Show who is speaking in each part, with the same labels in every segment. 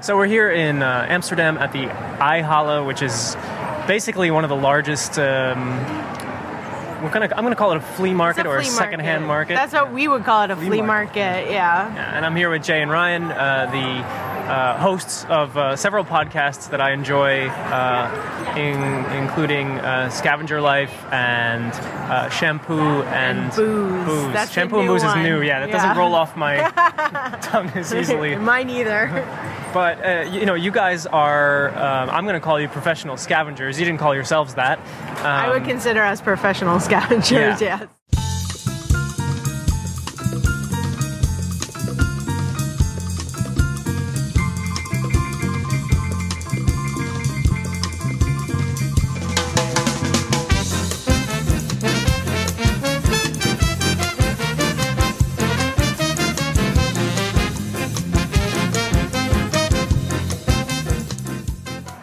Speaker 1: So we're here in uh, Amsterdam at the IHALA, which is basically one of the largest. Um, we're gonna, I'm going to call it a flea market
Speaker 2: It's a
Speaker 1: or a
Speaker 2: flea
Speaker 1: secondhand market.
Speaker 2: That's what we would call it a flea,
Speaker 1: market.
Speaker 2: market. Yeah.
Speaker 1: Yeah, and I'm here with Jay and Ryan, uh, the uh, hosts of uh, several podcasts that I enjoy, uh, in, including uh, Scavenger Life and uh, Shampoo and,
Speaker 2: Booze. That's the
Speaker 1: Shampoo and
Speaker 2: new
Speaker 1: Booze
Speaker 2: one.
Speaker 1: is new, yeah. That
Speaker 2: Yeah.
Speaker 1: doesn't roll off my tongue as easily.
Speaker 2: Mine either.
Speaker 1: But uh, you know, you guys are—I'm going to call you professional scavengers. You didn't call yourselves that. Um,
Speaker 2: I would consider us professional scavengers.
Speaker 1: Yeah.
Speaker 2: Yes.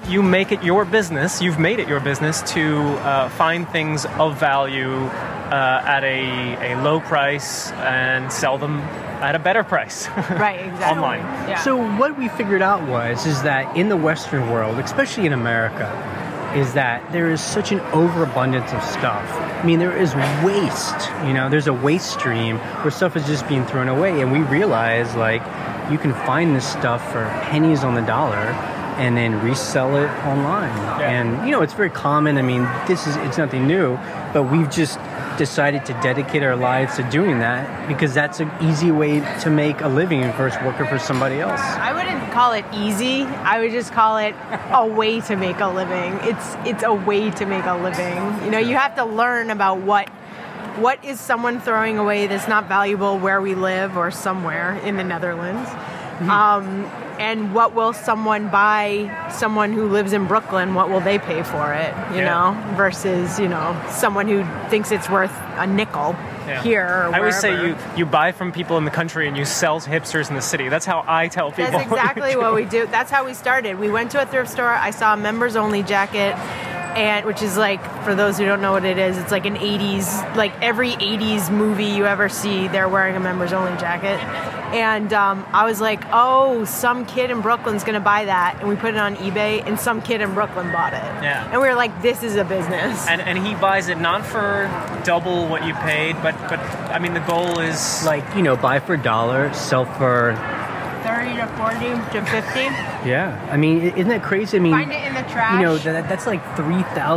Speaker 1: you make it your business. You've made it your business to uh, find things of value uh, at a, a low price and sell them at a better price.
Speaker 2: Right. Exactly.
Speaker 1: Online.
Speaker 2: Yeah.
Speaker 3: So what we figured out was is that in the Western world, especially in America, is that there is such an overabundance of stuff. I mean, there is waste. You know, there's a waste stream where stuff is just being thrown away, and we realize like you can find this stuff for pennies on the dollar. And then resell it online,
Speaker 1: Yeah.
Speaker 3: and you know it's very common. I mean, this is—it's nothing new, but we've just decided to dedicate our lives to doing that because that's an easy way to make a living versus working for somebody else.
Speaker 2: I wouldn't call it easy. I would just call it a way to make a living. It's it's a way to make a living. You know, you have to learn about what what is someone throwing away that's not valuable where we live or somewhere in the Netherlands.
Speaker 1: Mm-hmm.
Speaker 2: Um, and what will someone buy someone who lives in Brooklyn, what will they pay for it, you
Speaker 1: Yeah.
Speaker 2: know, versus, you know, someone who thinks it's worth a nickel
Speaker 1: Yeah.
Speaker 2: here or
Speaker 1: I always say
Speaker 2: wherever.
Speaker 1: you, you buy from people in the country and you sell to hipsters in the city. That's how I tell people.
Speaker 2: That's exactly what we do. That's how we started. We went to a thrift store. I saw a members only jacket, and which is like for those who don't know what it is, it's like an '80s, like every '80s movie you ever see, they're wearing a members only jacket. And um, I was like, oh, some kid in Brooklyn's gonna buy that, and we put it on eBay, and some kid in Brooklyn bought it.
Speaker 1: Yeah.
Speaker 2: And we were like, this is a business.
Speaker 1: and, and he buys it not for double what you paid, but, but I mean, the goal is
Speaker 3: Like, you know, buy for a dollar, sell for.
Speaker 2: Thirty to forty to fifty.
Speaker 3: Yeah. I mean, i- isn't that crazy? I mean,
Speaker 2: Find it in the trash.
Speaker 3: You know, that, that's like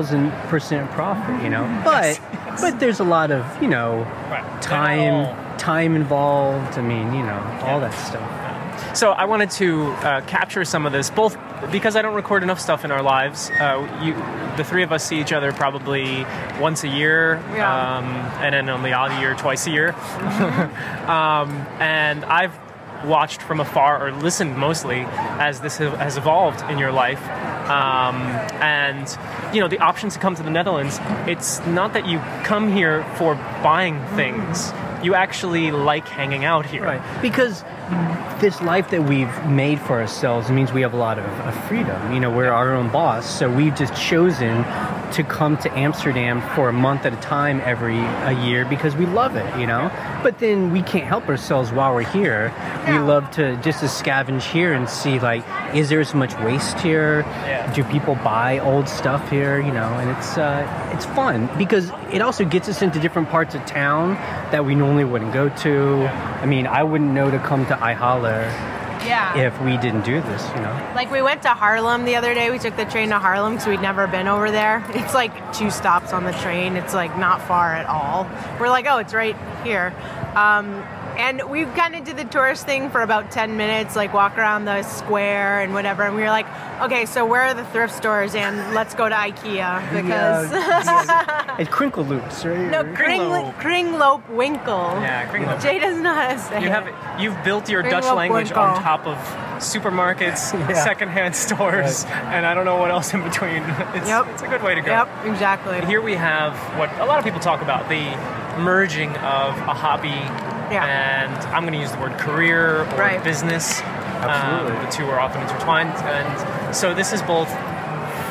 Speaker 3: 3,000% profit, you know? But, but there's a lot of, you know,
Speaker 1: Right.
Speaker 3: time, time involved. I mean, you know, all that stuff.
Speaker 1: So I wanted to uh, capture some of this, both because I don't record enough stuff in our lives. Uh, you, the three of us see each other probably once a year,
Speaker 2: Yeah.
Speaker 1: um, and then on the odd year, twice a year. um, and I've watched from afar, or listened mostly, as this ha- has evolved in your life. Um, and you know the options to come to the Netherlands. It's not that you come here for buying things. You actually like hanging out here.
Speaker 3: Right. Because this life that we've made for ourselves means we have a lot of, of freedom. You know, we're our own boss, so we've just chosen to come to Amsterdam for a month at a time every a year because we love it, you know? But then we can't help ourselves while we're here. We
Speaker 2: No.
Speaker 3: love to just to scavenge here and see like is there as much waste here?
Speaker 1: Yeah.
Speaker 3: Do people buy old stuff here, you know? And it's uh, it's fun because it also gets us into different parts of town that we normally wouldn't go to. I mean, I wouldn't know to come to Ihala
Speaker 2: yeah.
Speaker 3: if we didn't do this, you know?
Speaker 2: Like we went to Harlem the other day. We took the train to Harlem because we'd never been over there. It's like two stops on the train. It's like not far at all. We're like, oh, it's right here. Um, and we kind of did the tourist thing for about 10 minutes, like walk around the square and whatever. And we were like, okay, so where are the thrift stores? And let's go to IKEA because
Speaker 3: It's crinkle loops, right?
Speaker 2: no
Speaker 1: Kringloop.
Speaker 2: Kringloop. Kringloop Winkle.
Speaker 1: Yeah, Kringloop.
Speaker 2: Jay doesn't know how to say
Speaker 1: You
Speaker 2: it.
Speaker 1: have you've built your
Speaker 2: Very
Speaker 1: Dutch
Speaker 2: well
Speaker 1: language
Speaker 2: put, Paul.
Speaker 1: on top of supermarkets,
Speaker 3: Yeah.
Speaker 1: secondhand stores, and I don't know what else in between. It's,
Speaker 2: Yep.
Speaker 1: it's a good way to go.
Speaker 2: Yep, exactly.
Speaker 1: Here we have what a lot of people talk about: the merging of a hobby
Speaker 2: Yeah.
Speaker 1: and I'm going to use the word career or
Speaker 2: Right.
Speaker 1: business. Um,
Speaker 3: Absolutely.
Speaker 1: the two are often intertwined, and so this is both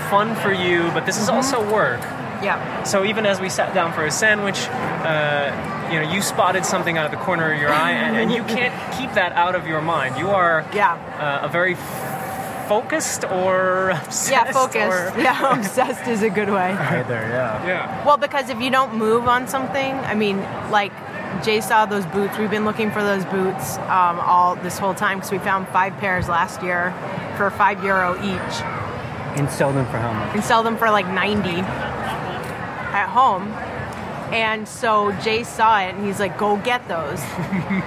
Speaker 1: fun for you, but this is
Speaker 2: Mm-hmm.
Speaker 1: also work.
Speaker 2: yeah.
Speaker 1: So even as we sat down for a sandwich, uh, you know, you spotted something out of the corner of your eye, and, and you can't keep that out of your mind. You are
Speaker 2: Yeah.
Speaker 1: uh, a very focused or obsessed.
Speaker 2: yeah, focused.
Speaker 1: or-
Speaker 2: Yeah, obsessed is a good way.
Speaker 3: Right there, yeah.
Speaker 1: yeah.
Speaker 2: Well, because if you don't move on something, I mean, like Jay saw those boots. We've been looking for those boots um, all this whole time because we found five pairs last year for five euro each
Speaker 3: And sell them for how much?
Speaker 2: and sell them for like 90 at home. And so Jay saw it and he's like, go get those.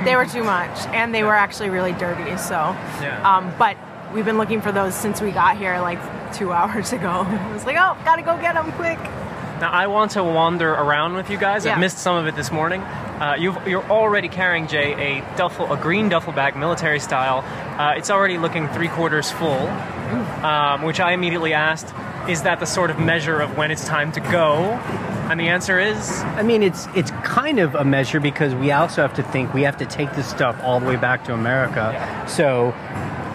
Speaker 2: they were too much and they were actually really dirty. So,
Speaker 1: Yeah.
Speaker 2: um, but we've been looking for those since we got here like two hours ago. I was like, oh, gotta go get them quick.
Speaker 1: Now I want to wander around with you guys.
Speaker 2: Yeah.
Speaker 1: I missed some of it this morning. Uh, you've, you're already carrying Jay a duffel, a green duffel bag, military style. Uh, it's already looking three quarters full, um, which I immediately asked, "Is that the sort of measure of when it's time to go?" And the answer is,
Speaker 3: I mean, it's it's kind of a measure because we also have to think we have to take this stuff all the way back to America.
Speaker 1: Yeah.
Speaker 3: So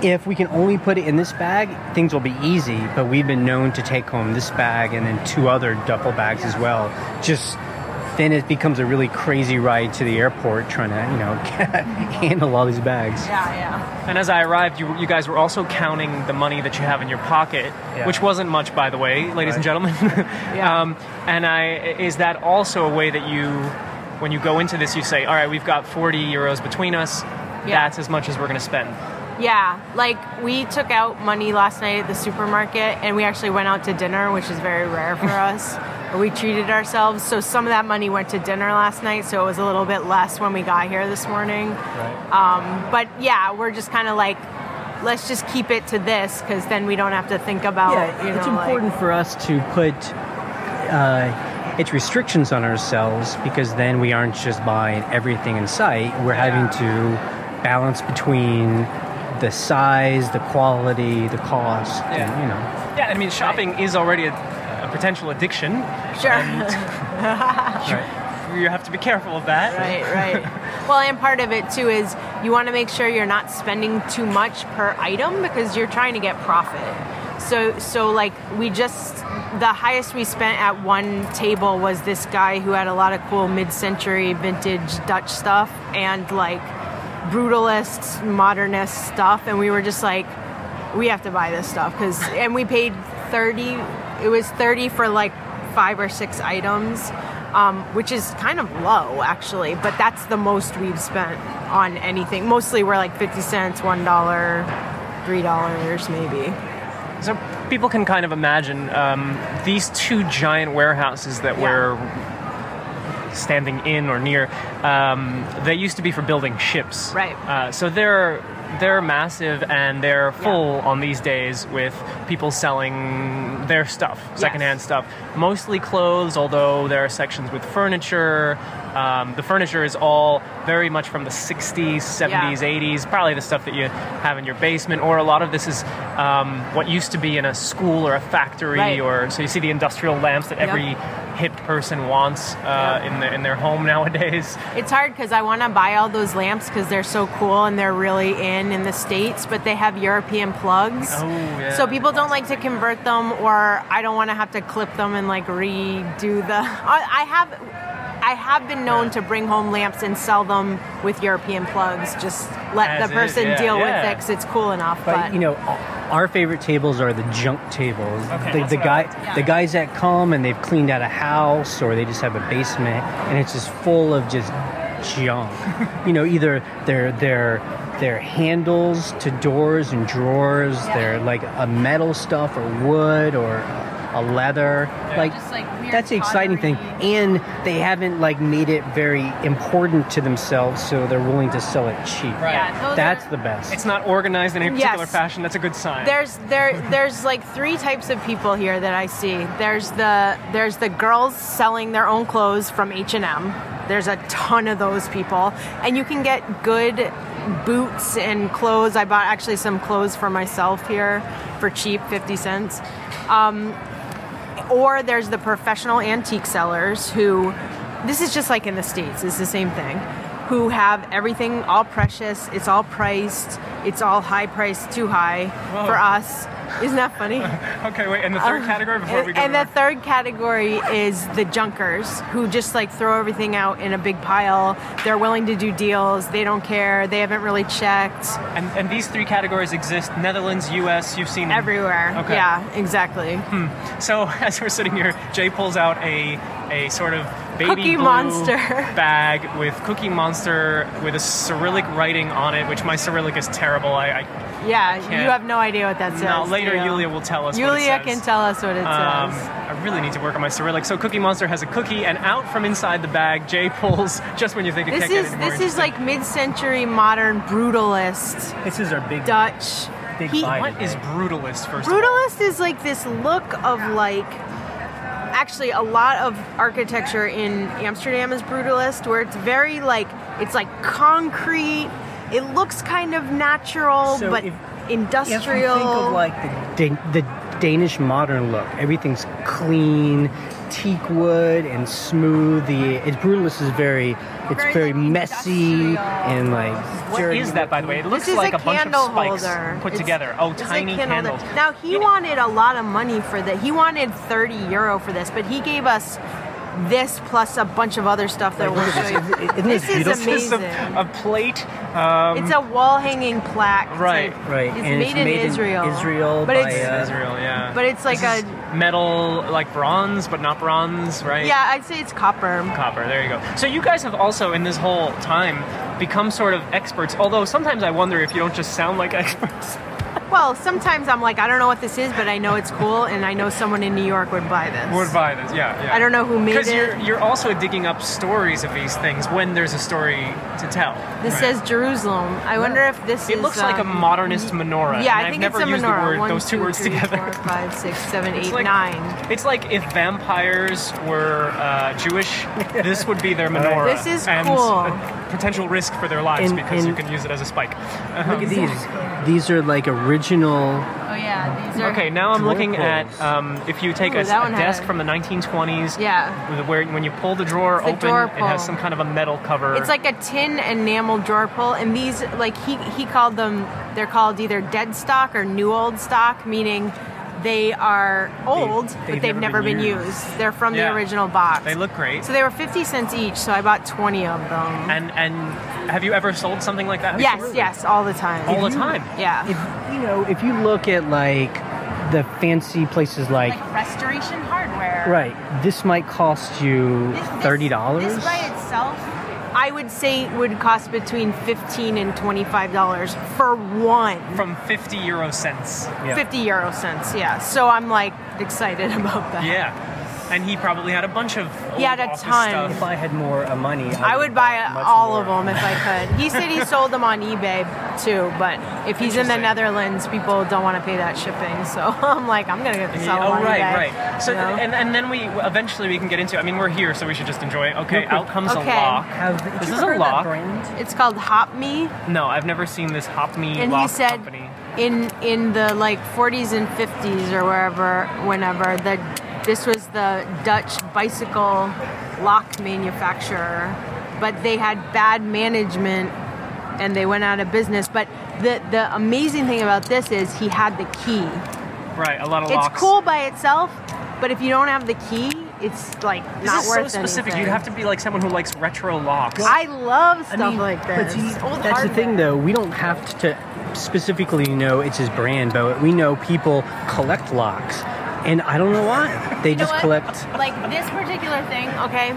Speaker 3: if we can only put it in this bag, things will be easy. But we've been known to take home this bag and then two other duffel bags as well. Just then it becomes a really crazy ride to the airport trying to you know handle all these bags.
Speaker 2: Yeah, yeah.
Speaker 1: And as I arrived, you, you guys were also counting the money that you have in your pocket,
Speaker 3: Yeah.
Speaker 1: which wasn't much, by the way, ladies and gentlemen.
Speaker 2: Yeah.
Speaker 1: um, and I, is that also a way that you, when you go into this, you say, all right, we've got 40 euros between us.
Speaker 2: Yeah.
Speaker 1: That's as much as we're going to spend.
Speaker 2: Yeah, like we took out money last night at the supermarket and we actually went out to dinner, which is very rare for us. But we treated ourselves, so some of that money went to dinner last night, so it was a little bit less when we got here this morning. Um, but yeah, we're just kind of like, let's just keep it to this because then we don't have to think about,
Speaker 3: Yeah,
Speaker 2: you know,
Speaker 3: it's
Speaker 2: like-
Speaker 3: important for us to put uh, its restrictions on ourselves because then we aren't just buying everything in sight. We're having to balance between the size, the quality, the cost, and, you know.
Speaker 1: Yeah, I mean, shopping is already a, a potential addiction.
Speaker 2: sure.
Speaker 1: You have to be careful of that.
Speaker 2: Right, right. well, and part of it too is you want to make sure you're not spending too much per item because you're trying to get profit. So, so like we just the highest we spent at one table was this guy who had a lot of cool mid-century vintage Dutch stuff and like brutalist modernist stuff, and we were just like, we have to buy this stuff because, and we paid thirty. It was thirty for like five or six items um, which is kind of low actually, but that's the most we've spent on anything. Mostly we're like 50 cents, $1, $3 maybe.
Speaker 1: So people can kind of imagine um, these two giant warehouses that
Speaker 2: Yeah.
Speaker 1: we're standing in or near. Um, they used to be for building ships,
Speaker 2: Right.
Speaker 1: Uh, so they're they're massive and they're full on these days with people selling their stuff, secondhand stuff, mostly clothes. Although there are sections with furniture. Um, the furniture is all very much from the 60s, 70s,
Speaker 2: Yeah.
Speaker 1: 80s, probably the stuff that you have in your basement, or a lot of this is um, what used to be in a school or a factory,
Speaker 2: Right.
Speaker 1: or so you see the industrial lamps that every hip person wants uh,
Speaker 2: Yeah.
Speaker 1: in, the, in their home nowadays.
Speaker 2: It's hard because I want to buy all those lamps because they're so cool and they're really in in the states, but they have European plugs.
Speaker 1: Oh, yeah.
Speaker 2: So people don't like to convert them, or I don't want to have to clip them and like redo the. I I have, I have been known to bring home lamps and sell them with European plugs. Just let
Speaker 1: As
Speaker 2: the
Speaker 1: is,
Speaker 2: person
Speaker 1: yeah,
Speaker 2: deal with
Speaker 1: yeah.
Speaker 2: it 'cause it's cool enough. But,
Speaker 3: But, you know, our favorite tables are the junk tables.
Speaker 1: Okay,
Speaker 3: the
Speaker 1: that's
Speaker 3: the
Speaker 1: what I
Speaker 3: guy, the guys that come and they've cleaned out a house or they just have a basement and it's just full of just junk. you know, either their their their handles to doors and drawers,
Speaker 4: Yeah.
Speaker 3: they're like a metal stuff or wood or a leather. Like,
Speaker 4: Just, like, weird
Speaker 3: that's the exciting thing.
Speaker 4: pottery.
Speaker 3: And they haven't like made it very important to themselves, so they're willing to sell it cheap.
Speaker 1: Right.
Speaker 4: Yeah, those
Speaker 3: That's
Speaker 4: are,
Speaker 3: the best.
Speaker 1: It's not organized in any particular
Speaker 2: Yes.
Speaker 1: fashion. That's a good sign.
Speaker 2: There's there there's like three types of people here that I see. There's the there's the girls selling their own clothes from H and M. There's a ton of those people, and you can get good boots and clothes. I bought actually some clothes for myself here for cheap, fifty cents. Um, or there's the professional antique sellers who, this is just like in the states. It's the same thing who have everything all precious. It's all priced. It's all high priced, too high for us. Isn't that funny?
Speaker 1: Okay, wait. And the third category before we
Speaker 2: Oh, and
Speaker 1: go.
Speaker 2: Uh-huh. and
Speaker 1: to
Speaker 2: the third category is the junkers who just like throw everything out in a big pile. They're willing to do deals. They don't care. They haven't really checked
Speaker 1: our- and, and these three categories exist: Netherlands, U.S. You've seen them.
Speaker 2: everywhere.
Speaker 1: Okay. Hmm.
Speaker 2: Yeah, exactly.
Speaker 1: So as we're sitting here, Jay pulls out a a sort of baby
Speaker 2: Cookie
Speaker 1: blue
Speaker 2: Monster.
Speaker 1: bag with Cookie Monster with a Cyrillic writing on it, which my Cyrillic is terrible. I, I
Speaker 2: Yeah, you
Speaker 1: can't-
Speaker 2: have no idea what that says.
Speaker 1: now later
Speaker 2: do you?
Speaker 1: Yulia will tell us. what it
Speaker 2: Yulia
Speaker 1: says.
Speaker 2: can tell us what it
Speaker 1: Um,
Speaker 2: says.
Speaker 1: I really need to work on my Cyrillic. So Cookie Monster has a cookie, and out from inside the bag, Jay pulls just when you think it
Speaker 2: This
Speaker 1: can't get
Speaker 2: is
Speaker 1: any more
Speaker 2: this is
Speaker 1: interesting.
Speaker 2: like mid-century modern brutalist
Speaker 3: This is our big
Speaker 2: Dutch.
Speaker 3: Big
Speaker 2: He-
Speaker 3: fight.
Speaker 1: what is brutalist first? of all?
Speaker 2: Brutalist is like this look of like actually a lot of architecture in Amsterdam is brutalist where it's very like it's like concrete. It looks kind of natural
Speaker 3: So
Speaker 2: but
Speaker 3: if- Yes, we
Speaker 2: industrial.
Speaker 3: think of like the, Dan- the Danish modern look. Everything's clean, teak wood, and smooth. The it's brutalist is very, it's
Speaker 2: Very,
Speaker 3: very,
Speaker 2: like,
Speaker 3: messy
Speaker 2: industrial.
Speaker 3: and like
Speaker 1: What
Speaker 3: dirty
Speaker 1: is that, by the way? It looks
Speaker 2: this is
Speaker 1: like
Speaker 2: a,
Speaker 1: a, bunch of
Speaker 2: candle
Speaker 1: spikes
Speaker 2: holder
Speaker 1: put
Speaker 2: It's-
Speaker 1: together. Oh,
Speaker 2: it's a
Speaker 1: tiny
Speaker 2: candle
Speaker 1: candles.
Speaker 2: holder. Now he wanted a lot of money for that. He wanted 30 euro for this, but he gave us this plus a bunch of other stuff that
Speaker 3: Like,
Speaker 2: we'll
Speaker 3: look at
Speaker 2: show you.
Speaker 3: this. Isn't this
Speaker 2: This is
Speaker 3: beautiful?
Speaker 1: This is
Speaker 2: amazing.
Speaker 1: a, a plate.
Speaker 2: it's a wall hanging plaque.
Speaker 1: Right,
Speaker 2: It's
Speaker 3: right,
Speaker 2: It's
Speaker 3: and
Speaker 2: made
Speaker 3: it's
Speaker 2: in
Speaker 3: made in
Speaker 2: Israel.
Speaker 3: Israel
Speaker 2: but
Speaker 3: by,
Speaker 2: it's
Speaker 3: uh,
Speaker 1: Israel, yeah.
Speaker 2: but it's like
Speaker 1: This
Speaker 2: a-
Speaker 1: is metal, like bronze, but not bronze, right?
Speaker 2: yeah, I'd say it's copper.
Speaker 1: Copper. There you go. So you guys have also in this whole time become sort of experts. Although sometimes I wonder if you don't just sound like experts.
Speaker 2: Well, sometimes I'm like, I don't know what this is, but I know it's cool, and I know someone in New York would buy this.
Speaker 1: Would buy this? Yeah, yeah.
Speaker 2: I don't know who made
Speaker 1: Because
Speaker 2: it.
Speaker 1: you're you're also digging up stories of these things when there's a story to tell.
Speaker 2: This
Speaker 1: right?
Speaker 2: says Jerusalem. I wonder if this is.
Speaker 1: It looks like a
Speaker 2: um,
Speaker 1: modernist menorah.
Speaker 2: Yeah,
Speaker 1: and
Speaker 2: I think
Speaker 1: have
Speaker 2: it's
Speaker 1: never
Speaker 2: a
Speaker 1: used
Speaker 2: menorah.
Speaker 1: The word,
Speaker 2: One,
Speaker 1: those two,
Speaker 2: two,
Speaker 1: words
Speaker 2: three,
Speaker 1: together.
Speaker 2: four, five, six, seven,
Speaker 1: It's
Speaker 2: eight,
Speaker 1: like-
Speaker 2: nine.
Speaker 1: It's like if vampires were uh, Jewish, this would be their menorah.
Speaker 2: This is
Speaker 1: and
Speaker 2: cool.
Speaker 1: a potential risk for their lives
Speaker 3: And-
Speaker 1: because you
Speaker 3: and-
Speaker 1: can use it as a spike. Um,
Speaker 3: look at these. These are like original.
Speaker 2: Oh yeah, these are.
Speaker 1: Okay, now I'm
Speaker 3: Drawer
Speaker 1: looking at
Speaker 3: pulls.
Speaker 1: um, if you take
Speaker 2: Ooh,
Speaker 1: a,
Speaker 2: that
Speaker 1: a
Speaker 2: one
Speaker 1: desk
Speaker 2: had-
Speaker 1: from the 1920s.
Speaker 2: Yeah.
Speaker 1: with- Where when you pull the drawer
Speaker 2: It's a
Speaker 1: open,
Speaker 2: drawer
Speaker 1: it has
Speaker 2: pull.
Speaker 1: some kind of a metal cover.
Speaker 2: It's like a tin enamel drawer pull, and these like he he called them. They're called either dead stock or new old stock, meaning they are old,
Speaker 3: they've
Speaker 2: but they've never, been, used. They're from
Speaker 1: Yeah.
Speaker 2: the original box.
Speaker 1: they look great.
Speaker 2: So they were fifty cents each. So I bought twenty of them.
Speaker 1: and and have you ever sold something like that?
Speaker 2: yes,
Speaker 1: Absolutely.
Speaker 2: yes, Mhm. all the time.
Speaker 1: all the time.
Speaker 2: Yeah.
Speaker 3: If you know, if you look at like the fancy places like
Speaker 4: restoration hardware.
Speaker 3: right, this might cost you
Speaker 4: This- this-
Speaker 3: thirty dollars.
Speaker 4: This by itself.
Speaker 2: I would say it would cost between fifteen and twenty-five dollars for one.
Speaker 1: From 50 euro cents.
Speaker 3: Yeah.
Speaker 2: 50 euro cents, yeah. So I'm like excited about that.
Speaker 1: Yeah, and he probably had a bunch of. Old
Speaker 2: He had a
Speaker 1: office
Speaker 2: ton.
Speaker 1: Stuff.
Speaker 3: If I had more uh, money,
Speaker 2: I would buy
Speaker 3: much
Speaker 2: all
Speaker 3: more.
Speaker 2: of them if I could. He said he sold them on eBay too, but if he's in the
Speaker 1: Interesting.
Speaker 2: Netherlands, people don't want to pay that shipping. So I'm like, I'm gonna get to sell them
Speaker 1: oh
Speaker 2: on
Speaker 1: right,
Speaker 2: eBay.
Speaker 1: right. So
Speaker 2: you know?
Speaker 1: and, and then we eventually we can get into. I mean, we're here, so we should just enjoy it. Okay,
Speaker 3: quick.
Speaker 1: out comes
Speaker 2: Okay.
Speaker 1: a lock.
Speaker 3: Have, did
Speaker 1: This
Speaker 3: you
Speaker 1: is a
Speaker 3: ever heard
Speaker 1: lock.
Speaker 3: That brand?
Speaker 2: it's called Hop Me,
Speaker 1: No, I've never seen this Hop Me
Speaker 2: and he
Speaker 1: Lock
Speaker 2: said
Speaker 1: Company.
Speaker 2: in in the like 40s and 50s or wherever, whenever the this was the Dutch bicycle lock manufacturer, but they had bad management and they went out of business. But the the amazing thing about this is he had the key.
Speaker 1: Right, a lot of
Speaker 2: It's
Speaker 1: locks.
Speaker 2: cool by itself, but if you don't have the key, it's like
Speaker 1: This
Speaker 2: not
Speaker 1: is so
Speaker 2: worth
Speaker 1: specific.
Speaker 2: anything.
Speaker 1: You'd have to be like someone who likes retro locks.
Speaker 2: I love stuff
Speaker 3: mean,
Speaker 2: like
Speaker 3: but
Speaker 2: this.
Speaker 3: see,
Speaker 2: Old
Speaker 3: that's the thing,
Speaker 2: hardware.
Speaker 3: though. We don't have to specifically know it's his brand, but we know people collect locks, and I don't know why they
Speaker 4: You know
Speaker 3: just
Speaker 4: what?
Speaker 3: collect.
Speaker 4: Like this particular thing.
Speaker 2: Okay,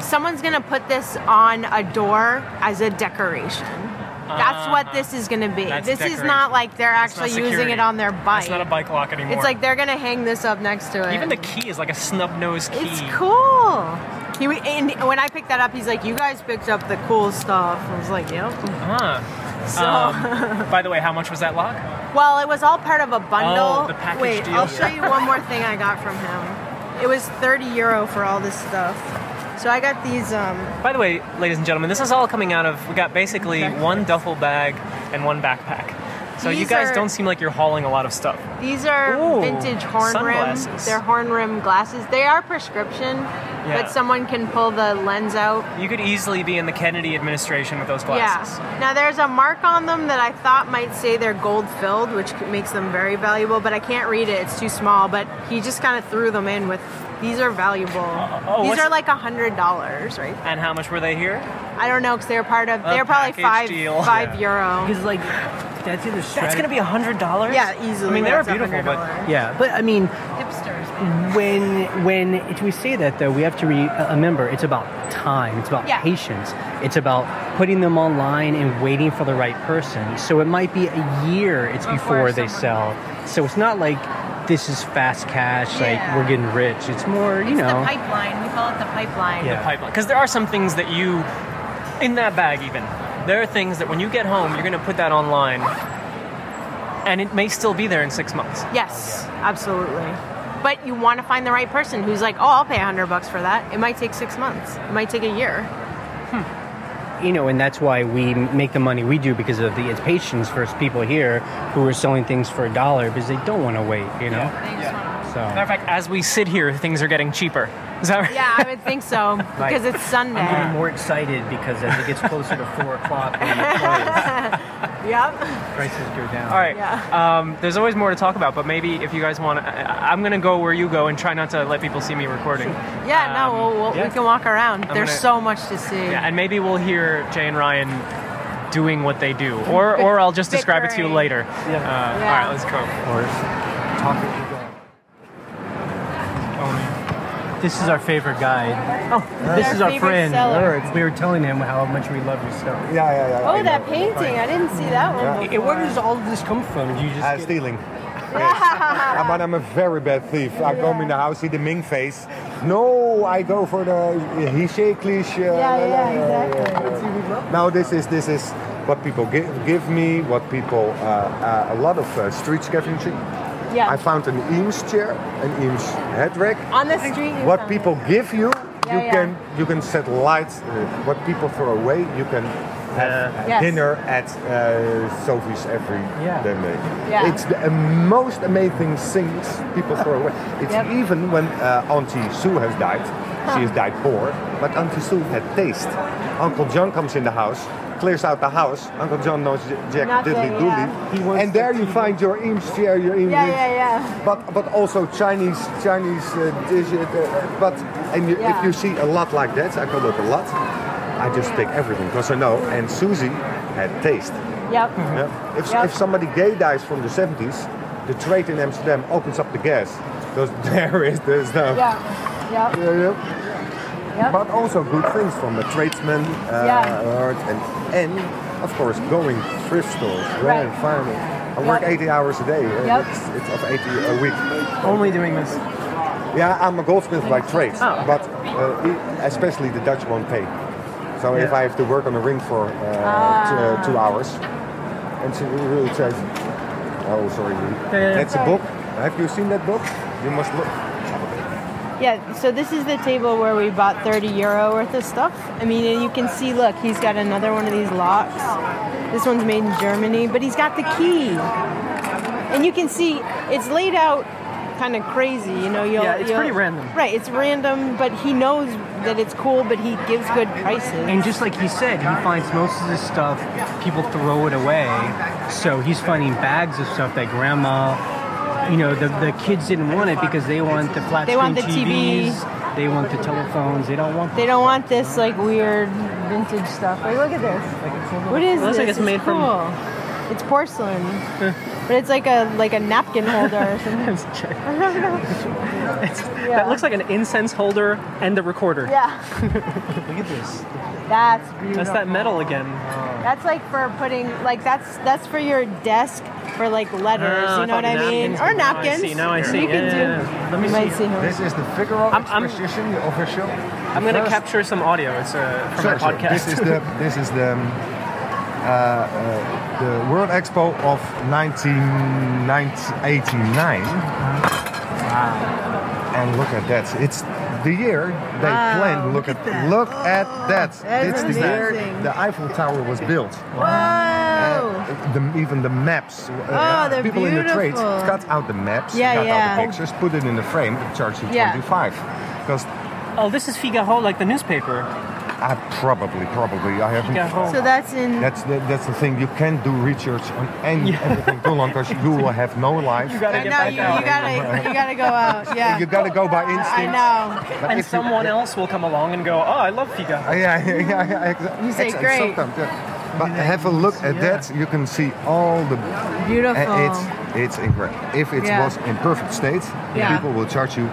Speaker 2: someone's gonna put this on a door as a decoration. That's what this is gonna be.
Speaker 1: That's
Speaker 2: This is
Speaker 1: decoration.
Speaker 2: not like they're
Speaker 1: That's
Speaker 2: actually
Speaker 1: not
Speaker 2: using
Speaker 1: security.
Speaker 2: it on their bike.
Speaker 1: It's not a bike lock anymore.
Speaker 2: It's like they're gonna hang this up next to it.
Speaker 1: even the key is like a snub nosed key.
Speaker 2: It's cool. He, wa- and when I picked that up, he's like, "You guys picked up the cool stuff." I was like, "Yep."
Speaker 1: Huh.
Speaker 2: So.
Speaker 1: Um, by the way, how much was that lock?
Speaker 2: Well, it was all part of a bundle.
Speaker 1: Oh, the package
Speaker 2: Wait,
Speaker 1: deal.
Speaker 2: I'll show you one more thing I got from him. It was 30 euro for all this stuff. So I got these. Um,
Speaker 1: By the way, ladies and gentlemen, this is all coming out of we got basically one duffel bag and one backpack. So you
Speaker 2: These
Speaker 1: guys
Speaker 2: are-
Speaker 1: don't seem like you're hauling a lot of stuff.
Speaker 2: these are
Speaker 1: Ooh,
Speaker 2: vintage horn
Speaker 1: sunglasses.
Speaker 2: rim. They're horn rim glasses. They are prescription,
Speaker 1: Yeah.
Speaker 2: that someone can pull the lens out.
Speaker 1: You could easily be in the Kennedy administration with those glasses.
Speaker 2: Yeah. Now there's a mark on them that I thought might say they're gold filled, which c- makes them very valuable, but I can't read it. It's too small. But he just kind of threw them in with these are valuable.
Speaker 1: oh,
Speaker 2: these
Speaker 1: what's-
Speaker 2: are like a hundred dollars, right?
Speaker 1: And how much were they here?
Speaker 2: I don't know because they're part of. They're probably
Speaker 1: package
Speaker 2: five
Speaker 1: deal.
Speaker 2: five euro.
Speaker 3: Because like that's either strategy.
Speaker 1: That's going to be a hundred dollars.
Speaker 2: Yeah, easily.
Speaker 1: I mean, they were
Speaker 2: that's
Speaker 1: beautiful, but
Speaker 2: $100.
Speaker 3: yeah, but I mean,
Speaker 4: Hipsters, man.
Speaker 3: when when it, we say that though, we have to re- uh, remember it's about time, it's about
Speaker 4: Yeah.
Speaker 3: patience, it's about putting them online and waiting for the right person. So it might be a year it's before,
Speaker 4: Before
Speaker 3: they
Speaker 4: someone-
Speaker 3: sell. So it's not like this is fast cash, like
Speaker 4: Yeah.
Speaker 3: we're getting rich. It's more, you
Speaker 4: It's
Speaker 3: know,
Speaker 4: the pipeline. We call it the pipeline.
Speaker 3: Yeah.
Speaker 1: pipeline. Because there are some things that you, in that bag even, there are things that when you get home, you're going to put that online, and it may still be there in six months.
Speaker 2: Yes, absolutely. But you want to find the right person who's like, oh, I'll pay a hundred bucks for that. It might take six months. It might take a year.
Speaker 3: you know, and that's why we m- make the money we do because of the it's patience for us people here who are selling things for a dollar because they don't want to wait, you know.
Speaker 4: They just want
Speaker 3: So
Speaker 1: Matter of fact, as we sit here, things are getting cheaper. Is that right?
Speaker 2: Yeah, I would think so because it's
Speaker 5: I'm getting
Speaker 2: Sunday.
Speaker 5: more excited because as it gets closer to four o'clock, when it closes,
Speaker 2: Yep.
Speaker 5: prices go down.
Speaker 1: All right.
Speaker 2: Yeah.
Speaker 1: Um, there's always more to talk about, but maybe if you guys want to, I'm going to go where you go and try not to let people see me recording.
Speaker 2: Yeah.
Speaker 1: Um,
Speaker 2: no, we'll, we'll,
Speaker 1: yeah.
Speaker 2: we can walk around. There's
Speaker 1: gonna-
Speaker 2: so much to see.
Speaker 1: Yeah, and maybe we'll hear Jay and Ryan doing what they do, or or I'll just describe it to you
Speaker 2: Bickering.
Speaker 1: later.
Speaker 5: Yeah.
Speaker 1: Uh,
Speaker 2: Yeah.
Speaker 1: All right, let's go.
Speaker 5: Or talk if you're going.
Speaker 3: this is our favorite guide.
Speaker 2: Their
Speaker 3: This is our
Speaker 2: favorite
Speaker 3: friend.
Speaker 2: seller.
Speaker 3: Lawrence. We were telling him how much we love your stuff.
Speaker 6: Yeah, yeah, yeah.
Speaker 2: Oh, that painting! I didn't see that one.
Speaker 6: Yeah.
Speaker 2: Before.
Speaker 3: Hey, where does all of this come from? Do you just
Speaker 6: Uh,
Speaker 3: get-
Speaker 6: stealing. I'm, an- I'm a very bad thief. I come in the house, see the Ming face. No, I go for the cliché, cliche.
Speaker 2: Yeah, yeah,
Speaker 6: Now this is this is what people give, give me. What people uh, uh, a lot of uh, street scavenging.
Speaker 2: Yeah.
Speaker 6: I found an Eames chair, an Eames head rack.
Speaker 2: On the street. you
Speaker 6: What
Speaker 2: found
Speaker 6: people give you,
Speaker 2: Yeah,
Speaker 6: you
Speaker 2: yeah.
Speaker 6: can you can set lights. Uh, what people throw away, you can have
Speaker 2: Yes.
Speaker 6: dinner at uh, Sophie's every
Speaker 3: Yeah.
Speaker 6: day.
Speaker 2: Yeah.
Speaker 6: It's the am- most amazing things people throw away. It's
Speaker 2: Yep.
Speaker 6: even when uh, Auntie Sue has died. She has died poor, but Auntie Sue had taste. Uncle John comes in the house, clears out the house. Uncle John knows J- Jack
Speaker 2: Nothing,
Speaker 6: Diddley
Speaker 2: yeah.
Speaker 6: Dooley,
Speaker 3: He wants
Speaker 6: and there
Speaker 3: the
Speaker 6: you
Speaker 3: tea.
Speaker 6: find your Eames chair, your Eames.
Speaker 2: Yeah, yeah, yeah.
Speaker 6: But but also Chinese Chinese uh, dish. Uh, uh, but and you,
Speaker 2: Yeah.
Speaker 6: if you see a lot like that, I go look a lot. I just take everything because I know. And Susie had taste.
Speaker 2: Yep.
Speaker 6: Yeah. If,
Speaker 2: Yeah.
Speaker 6: if somebody gay dies from the 70s, the trade in Amsterdam opens up the gas because there is the stuff.
Speaker 2: Yeah. Yep.
Speaker 6: Yeah, yeah. But also good things from the tradesman uh,
Speaker 2: Yeah.
Speaker 6: art and and of course going thrift stores,
Speaker 2: Right.
Speaker 6: rare and find it. I work
Speaker 2: Yep.
Speaker 6: 80 hours a day. uh,
Speaker 2: Yep.
Speaker 6: It's, it's of 80 a week.
Speaker 3: only doing this?
Speaker 6: Yeah, I'm a goldsmith by trade,
Speaker 3: Oh.
Speaker 6: but uh, e- especially the Dutch won't pay. So if
Speaker 3: Yeah. Ah.
Speaker 6: I have to work on a ring for uh, t- uh, two hours, and she will says, "Oh, sorry,
Speaker 3: yeah.
Speaker 6: that's a
Speaker 2: Sorry.
Speaker 6: book. Have you seen that book? You must look."
Speaker 2: Yeah, so this is the table where we bought 30 euro worth of stuff. I mean, and you can see, look, he's got another one of these locks. This one's made in Germany, but he's got the key. And you can see it's laid out kind of crazy, you know. You'll,
Speaker 3: Yeah, it's
Speaker 2: you'll-
Speaker 3: pretty random.
Speaker 2: Right, it's random, but he knows that it's cool, but he gives good prices.
Speaker 3: And just like he said, he finds most of this stuff, people throw it away. So he's finding bags of stuff that grandma, you know, the, the kids didn't want it because they want the flat
Speaker 2: They
Speaker 3: screen
Speaker 2: want the TV.
Speaker 3: TVs, they want the telephones, they don't want
Speaker 2: they don't want this like weird vintage stuff. Like, look at this. What is
Speaker 3: Looks
Speaker 2: this?
Speaker 3: like it's made from-
Speaker 2: cool. It's porcelain, but it's like a like a napkin holder or something.
Speaker 1: That looks like an incense holder and the recorder.
Speaker 2: Yeah,
Speaker 3: Look at this.
Speaker 2: that's beautiful.
Speaker 1: That's that metal again.
Speaker 2: That's like for putting like that's that's for your desk for like letters.
Speaker 1: Oh, I
Speaker 2: you know
Speaker 1: thought
Speaker 2: what I mean?
Speaker 1: napkins.
Speaker 2: Or
Speaker 1: Now I
Speaker 2: napkins.
Speaker 1: see, now I see.
Speaker 2: You can
Speaker 1: Yeah,
Speaker 2: do.
Speaker 1: yeah, yeah. Let me
Speaker 2: you might
Speaker 1: see.
Speaker 2: see him.
Speaker 6: This is the Figaro
Speaker 1: I'm- I'm-
Speaker 6: exposition, the official.
Speaker 1: I'm going to capture some audio. It's uh, from my podcast.
Speaker 6: This is the this is the. um, uh, uh, the World Expo of 1989. Wow. And look at that. It's the year they
Speaker 2: Wow,
Speaker 6: planned. Look,
Speaker 2: look at
Speaker 6: at
Speaker 2: that. Oh,
Speaker 6: look at that.
Speaker 2: that's
Speaker 6: it's the year
Speaker 2: amazing.
Speaker 6: the Eiffel Tower was built.
Speaker 2: Whoa!
Speaker 6: Uh, the, even the maps. uh,
Speaker 2: Oh, they're
Speaker 6: people in the trades
Speaker 2: beautiful.
Speaker 6: cut out the maps,
Speaker 2: Yeah,
Speaker 6: cut
Speaker 2: yeah.
Speaker 6: out the pictures, put it in the frame, but charge you
Speaker 2: Yeah.
Speaker 6: 25. Because
Speaker 1: Oh, this is Figaro, like the newspaper.
Speaker 6: I probably, probably. I haven't.
Speaker 1: Figaro.
Speaker 2: So that's in.
Speaker 6: That's the, that's the thing. You can't do research on any everything too long because you will have no life.
Speaker 1: you gotta
Speaker 2: I
Speaker 1: get
Speaker 2: know
Speaker 1: back
Speaker 2: you,
Speaker 1: out.
Speaker 2: you gotta you gotta go out. Yeah.
Speaker 6: You gotta go by
Speaker 2: I
Speaker 6: instinct.
Speaker 2: know.
Speaker 6: But
Speaker 1: and
Speaker 6: if you-
Speaker 1: someone else will come along and go, oh, I love Figaro.
Speaker 6: Yeah, yeah, yeah, yeah. exactly.
Speaker 2: You say
Speaker 6: Exactly,
Speaker 2: great.
Speaker 6: sometimes, yeah. But have a look at that. You can see all the.
Speaker 2: Beautiful.
Speaker 6: and Eh, It's it's incredible. If it
Speaker 2: Yeah.
Speaker 6: was in perfect state,
Speaker 2: Yeah. Oh,
Speaker 6: people will charge you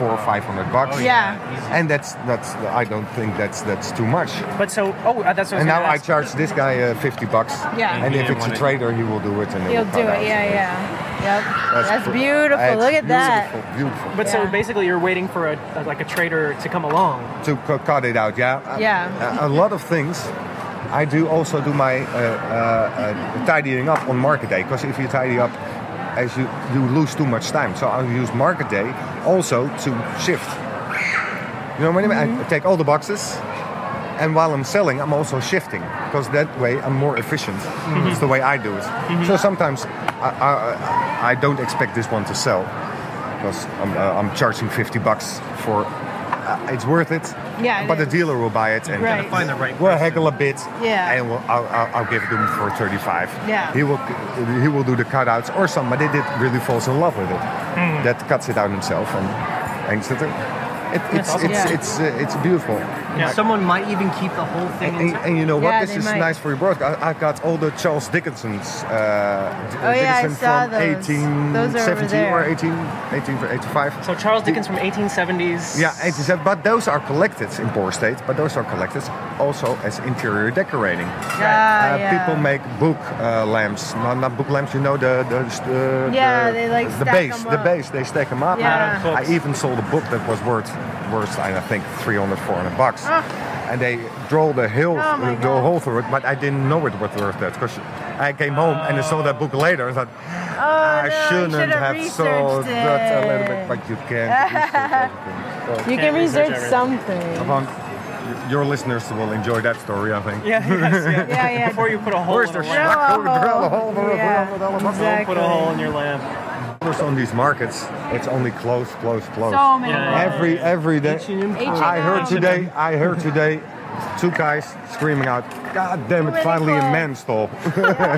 Speaker 6: four or five hundred bucks.
Speaker 2: yeah.
Speaker 6: And that's that's I don't think that's that's too much.
Speaker 1: But so, oh, that's what I was
Speaker 6: And now
Speaker 1: gonna
Speaker 6: I
Speaker 1: ask.
Speaker 6: charge this guy uh, fifty bucks.
Speaker 2: Yeah.
Speaker 6: And
Speaker 1: He
Speaker 6: if
Speaker 1: didn't
Speaker 6: it's a
Speaker 1: want it.
Speaker 6: trader, he will do it. And
Speaker 2: You'll do
Speaker 6: will cut
Speaker 2: it.
Speaker 6: out.
Speaker 2: Yeah. Yeah. Yep. That's
Speaker 6: pr-
Speaker 2: beautiful.
Speaker 6: that's
Speaker 2: Look at that.
Speaker 6: Beautiful, beautiful.
Speaker 1: But so
Speaker 2: Yeah.
Speaker 1: basically, you're waiting for a, like a trader to come along.
Speaker 6: to cu- cut it out. Yeah. Uh,
Speaker 2: Yeah.
Speaker 6: A, a lot of things. I do also do my uh, uh, uh, tidying up on market day because if you tidy up, as you you lose too much time. So I use market day also to shift. You know what I mean?
Speaker 2: Mm-hmm.
Speaker 6: I take all the boxes, and while I'm selling, I'm also shifting because that way I'm more efficient.
Speaker 2: Mm-hmm.
Speaker 6: It's the way I do it. So sometimes I, I, I- I don't expect this one to sell because I'm, uh, I'm charging 50 bucks for. Uh, it's worth it.
Speaker 2: Yeah, it
Speaker 6: but the
Speaker 2: is.
Speaker 6: dealer will buy it and
Speaker 2: Right.
Speaker 5: Find the right
Speaker 6: we'll
Speaker 5: person.
Speaker 6: haggle a bit.
Speaker 2: Yeah.
Speaker 6: And we'll, I'll, I'll, I'll give it to him for 35.
Speaker 2: Yeah.
Speaker 6: He will he will do the cutouts or some, but he did really falls in love with it.
Speaker 2: Mm.
Speaker 6: That cuts it out himself and and so it, it's
Speaker 1: awesome.
Speaker 6: it's
Speaker 2: Yeah.
Speaker 6: it's uh, it's beautiful.
Speaker 5: And someone might even keep the whole thing
Speaker 6: And,
Speaker 5: intact.
Speaker 6: and you know what?
Speaker 2: Yeah,
Speaker 6: this
Speaker 2: they
Speaker 6: is
Speaker 2: might.
Speaker 6: nice for your broadcast. I, I've got all the Charles Dickinson's. Uh, D-
Speaker 2: Oh, yeah, I
Speaker 6: Dickinson
Speaker 2: saw
Speaker 6: from
Speaker 2: those.
Speaker 6: 18,
Speaker 2: Those are over
Speaker 6: 17 or
Speaker 2: there.
Speaker 6: 18, 18 for 85.
Speaker 1: So Charles Dickens from 1870s.
Speaker 6: Yeah, 87. But those are collected in poor state. But those are collected also as interior decorating.
Speaker 2: Yeah.
Speaker 6: uh,
Speaker 2: yeah.
Speaker 6: People make book uh, lamps. Not, not book lamps. You know the the the,
Speaker 2: Yeah,
Speaker 6: the,
Speaker 2: they, like,
Speaker 6: the
Speaker 2: stack
Speaker 6: base.
Speaker 2: 'em
Speaker 6: The
Speaker 2: up.
Speaker 6: base. They stack them up.
Speaker 2: Yeah.
Speaker 1: Cool.
Speaker 6: I even sold a book that was worth worth I think 300, 400 bucks.
Speaker 2: Ah.
Speaker 6: And they draw the hill,
Speaker 2: Oh my
Speaker 6: the
Speaker 2: God.
Speaker 6: hole through it, but I didn't know it was worth that because I came home and I saw that book later and thought
Speaker 2: Oh,
Speaker 6: I
Speaker 2: no, you
Speaker 6: shouldn't
Speaker 2: should've
Speaker 6: have
Speaker 2: researched
Speaker 6: sold that a little
Speaker 2: it.
Speaker 6: bit, but you can't. research everything.
Speaker 2: You
Speaker 1: Can't
Speaker 2: can
Speaker 1: research everything.
Speaker 2: research
Speaker 6: So,
Speaker 2: something.
Speaker 6: Yvonne, y- your listeners will enjoy that story, I think.
Speaker 1: Yeah, yes, yeah.
Speaker 2: Yeah, yeah.
Speaker 1: Before you put a hole
Speaker 6: Where's
Speaker 1: in
Speaker 6: the
Speaker 1: a
Speaker 6: shot?
Speaker 1: lamp,
Speaker 6: Drill a hole, drill a hole,
Speaker 2: Oh. Yeah,
Speaker 6: drill a hole, drill a hole.
Speaker 2: exactly.
Speaker 1: put a hole in your lamp.
Speaker 6: First on these markets, it's only close, close, close.
Speaker 2: So many.
Speaker 1: Yeah.
Speaker 6: every every day.
Speaker 1: H&M.
Speaker 6: I heard
Speaker 1: H&M.
Speaker 6: today. I heard today. Two guys screaming out, "God damn it!
Speaker 2: Really
Speaker 6: Finally, a
Speaker 2: cool."
Speaker 6: man stole."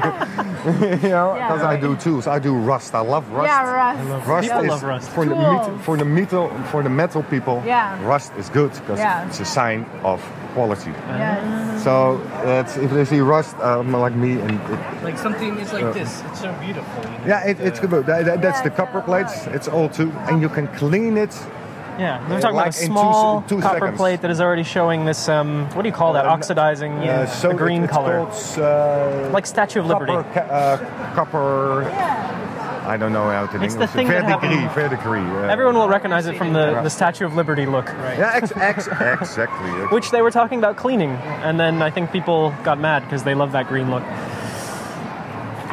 Speaker 6: you know, because I do tools. I do rust. I love rust.
Speaker 2: Yeah, rust. I
Speaker 6: Rust,
Speaker 2: love
Speaker 1: People love
Speaker 6: is
Speaker 1: rust.
Speaker 6: for the
Speaker 2: Cool.
Speaker 6: metal, for the metal for the metal people.
Speaker 2: Yeah.
Speaker 6: Rust is good because
Speaker 2: Yeah.
Speaker 6: it's a sign of quality.
Speaker 2: Yes.
Speaker 6: So that's if they see rust, um, like me, and it,
Speaker 5: Like something is like this. It's so beautiful. you know,
Speaker 6: yeah, it, it's good. That, that- that's
Speaker 2: Yeah,
Speaker 6: the
Speaker 2: I
Speaker 6: copper
Speaker 2: know.
Speaker 6: plates. It's all two, and you can clean it
Speaker 1: Yeah, we're
Speaker 6: Yeah,
Speaker 1: talking
Speaker 6: like
Speaker 1: about a
Speaker 6: in two
Speaker 1: small
Speaker 6: se- two
Speaker 1: copper
Speaker 6: seconds.
Speaker 1: plate that is already showing this. Um, what do you call that?
Speaker 6: Uh,
Speaker 1: Oxidizing
Speaker 6: Uh,
Speaker 1: the
Speaker 6: so it-
Speaker 1: green
Speaker 6: it's
Speaker 1: color,
Speaker 6: called, uh,
Speaker 1: like Statue of Liberty.
Speaker 6: copper, ca- uh, copper. I don't know how to
Speaker 1: It's
Speaker 6: English.
Speaker 1: the thing that
Speaker 6: verdigris,
Speaker 1: happened-
Speaker 6: verdigris, uh,
Speaker 1: Everyone will recognize it from the, the Statue of Liberty look,
Speaker 6: Yeah, ex- ex- exactly.
Speaker 1: which they were talking about cleaning, and then I think people got mad because they love that green look.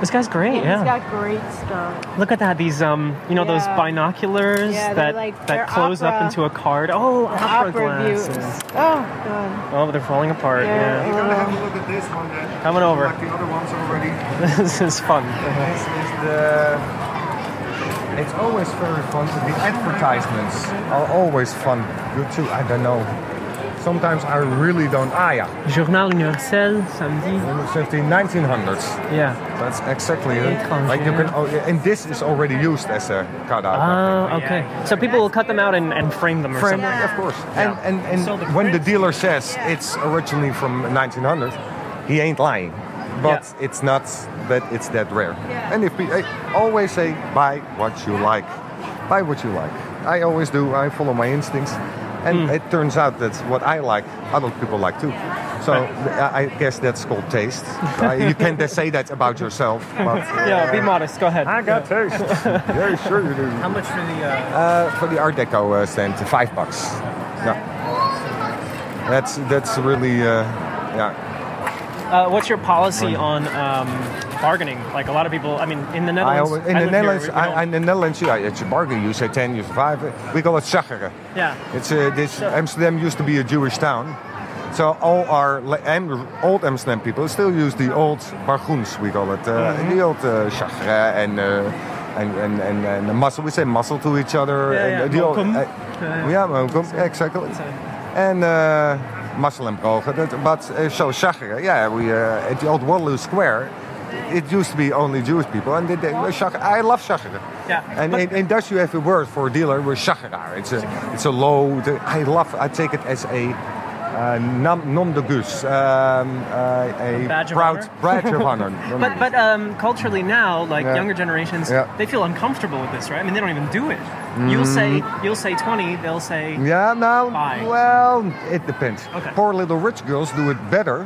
Speaker 1: This guy's great.
Speaker 2: He's
Speaker 1: Yeah,
Speaker 2: got great stuff.
Speaker 1: look at that. These um, you know, those
Speaker 2: Yeah.
Speaker 1: binoculars
Speaker 2: Yeah, they're
Speaker 1: that
Speaker 2: like- they're
Speaker 1: that close up
Speaker 2: opera-
Speaker 1: into a card. Oh, opera,
Speaker 2: Opera views.
Speaker 1: glasses.
Speaker 2: Oh god.
Speaker 1: Oh, they're falling apart.
Speaker 2: Yeah.
Speaker 1: Yeah,
Speaker 6: We're gonna have a look at this one then.
Speaker 1: Coming over.
Speaker 6: Like the other ones already.
Speaker 1: this is fun.
Speaker 6: This is the. It's always very fun. The advertisements are always fun. You too. I don't know. Sometimes I really don't. Ah, yeah.
Speaker 1: Journal Universel, samedi.
Speaker 6: Since the 1900s.
Speaker 1: Yeah.
Speaker 6: That's exactly
Speaker 1: Yeah.
Speaker 6: it. Like you can, oh, yeah, and this is already used as a cutout. I
Speaker 1: Ah, okay. So people will cut them out and, and frame them or
Speaker 6: think. Frame,
Speaker 1: something.
Speaker 2: Yeah.
Speaker 6: of course.
Speaker 1: Yeah.
Speaker 6: And and, and
Speaker 5: So the
Speaker 6: when the
Speaker 5: print-
Speaker 6: dealer says
Speaker 2: Yeah.
Speaker 6: it's originally from 1900, he ain't lying. But it's not that it's that rare.
Speaker 2: Yeah.
Speaker 6: And if we I always say buy what you like, buy what you like. I always do. I follow my instincts, and
Speaker 2: Hmm.
Speaker 6: it turns out that what I like, other people like too. So I I guess that's called taste. I- you can't say that about yourself. But,
Speaker 1: Yeah, uh, be modest. Go ahead.
Speaker 6: I got taste. yeah, sure you do.
Speaker 5: How much for the uh,
Speaker 6: Uh, for the Art Deco uh, stand, five bucks. Yeah. That's that's really uh, yeah.
Speaker 1: Uh, what's your policy on um, bargaining? Like a lot of people, I mean, in the
Speaker 6: I
Speaker 1: Netherlands.
Speaker 6: always, in
Speaker 1: I live
Speaker 6: the
Speaker 1: here,
Speaker 6: Netherlands,
Speaker 1: we
Speaker 6: I,
Speaker 1: don't-
Speaker 6: in the Netherlands, yeah, it's a bargain. You say ten, you say five. We call it zacheren.
Speaker 1: yeah.
Speaker 6: It's uh, this Amsterdam used to be a Jewish town, so all our le- Am- old Amsterdam people still use the old bargoens. We call it uh, the old uh, chagre and uh, and and and, and the muscle. We say muscle to each other.
Speaker 1: Yeah,
Speaker 6: and,
Speaker 1: yeah,
Speaker 6: uh, the old-
Speaker 1: mokum.
Speaker 6: uh, yeah, mokum, exactly. And uh, muscle and brogen. That- But uh, so shachar, yeah, we uh, at the old Waterloo Square. It used to be only Jewish people, and they, they, shach- I love shachar.
Speaker 1: Yeah.
Speaker 6: And in, in Dutch, you have a word for a dealer. We're chageraar. It's a, it's a low. The, I love. I take it as a uh, nom, nom de guus, um, uh, a
Speaker 1: Badge of
Speaker 6: proud
Speaker 1: honor?
Speaker 6: badge of honor.
Speaker 1: But but um, culturally now, like
Speaker 6: Yeah.
Speaker 1: younger generations,
Speaker 6: Yeah. Mm.
Speaker 1: they feel uncomfortable with this, right? I mean, they don't even do it. You'll say you'll say twenty, they'll say
Speaker 6: yeah, now
Speaker 1: Fine.
Speaker 6: well, it depends.
Speaker 1: Okay.
Speaker 6: Poor little rich girls do it better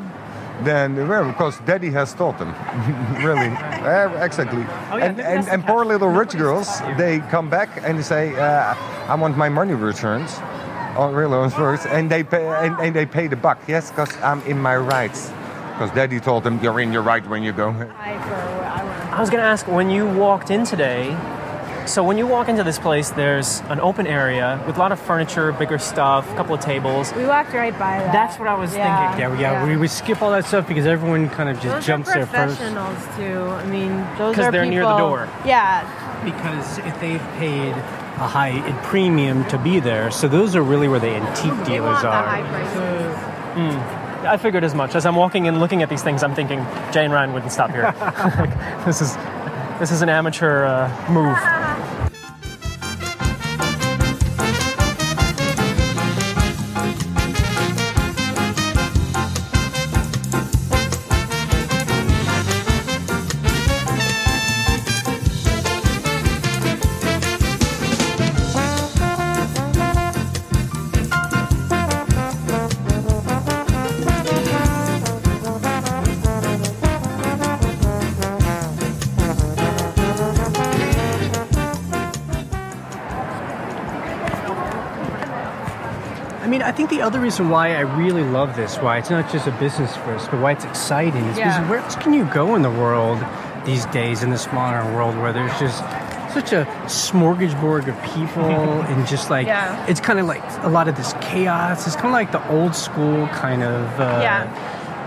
Speaker 6: than they were because daddy has taught them. really, Eh, exactly.
Speaker 1: Oh, yeah,
Speaker 6: and
Speaker 1: maybe
Speaker 6: and,
Speaker 1: that's
Speaker 6: and
Speaker 1: the
Speaker 6: poor
Speaker 1: catch.
Speaker 6: little rich
Speaker 1: Nobody's
Speaker 6: girls,
Speaker 1: taught you.
Speaker 6: they come back and they say, uh, "I want my money returned." On real loans first, and they pay and, and they pay the buck. Yes, because I'm in my rights. Because daddy told them you're in your right when you go.
Speaker 2: I, for, I wanna-
Speaker 1: I was gonna ask when you walked in today. So when you walk into this place, there's an open area with a lot of furniture, bigger stuff, a couple of tables.
Speaker 2: we walked right by that.
Speaker 1: That's what I was thinking.
Speaker 3: Yeah, we, yeah, we, we skip all that stuff because everyone kind of just
Speaker 2: Those
Speaker 3: jumps
Speaker 2: are
Speaker 3: there first.
Speaker 2: professionals too. I mean, those
Speaker 1: 'Cause
Speaker 2: are
Speaker 1: they're
Speaker 2: people.
Speaker 1: near the door.
Speaker 2: Yeah,
Speaker 3: Because if they've paid a high premium to be there, so those are really where the antique
Speaker 2: they want
Speaker 3: dealers
Speaker 2: the high
Speaker 3: are.
Speaker 2: prices.
Speaker 1: I figured as much. As I'm walking in, looking at these things, I'm thinking Jane Ryan wouldn't stop here. this is this is an amateur uh, move.
Speaker 3: I mean, I think the other reason why I really love this, why it's not just a business for us, but why it's exciting, is
Speaker 2: Yeah.
Speaker 3: because where else can you go in the world these days in this modern world where there's just such a smorgasbord of people and just like
Speaker 2: Yeah.
Speaker 3: it's kind of like a lot of this chaos. It's kind of like the old school kind of. Uh,
Speaker 2: Yeah.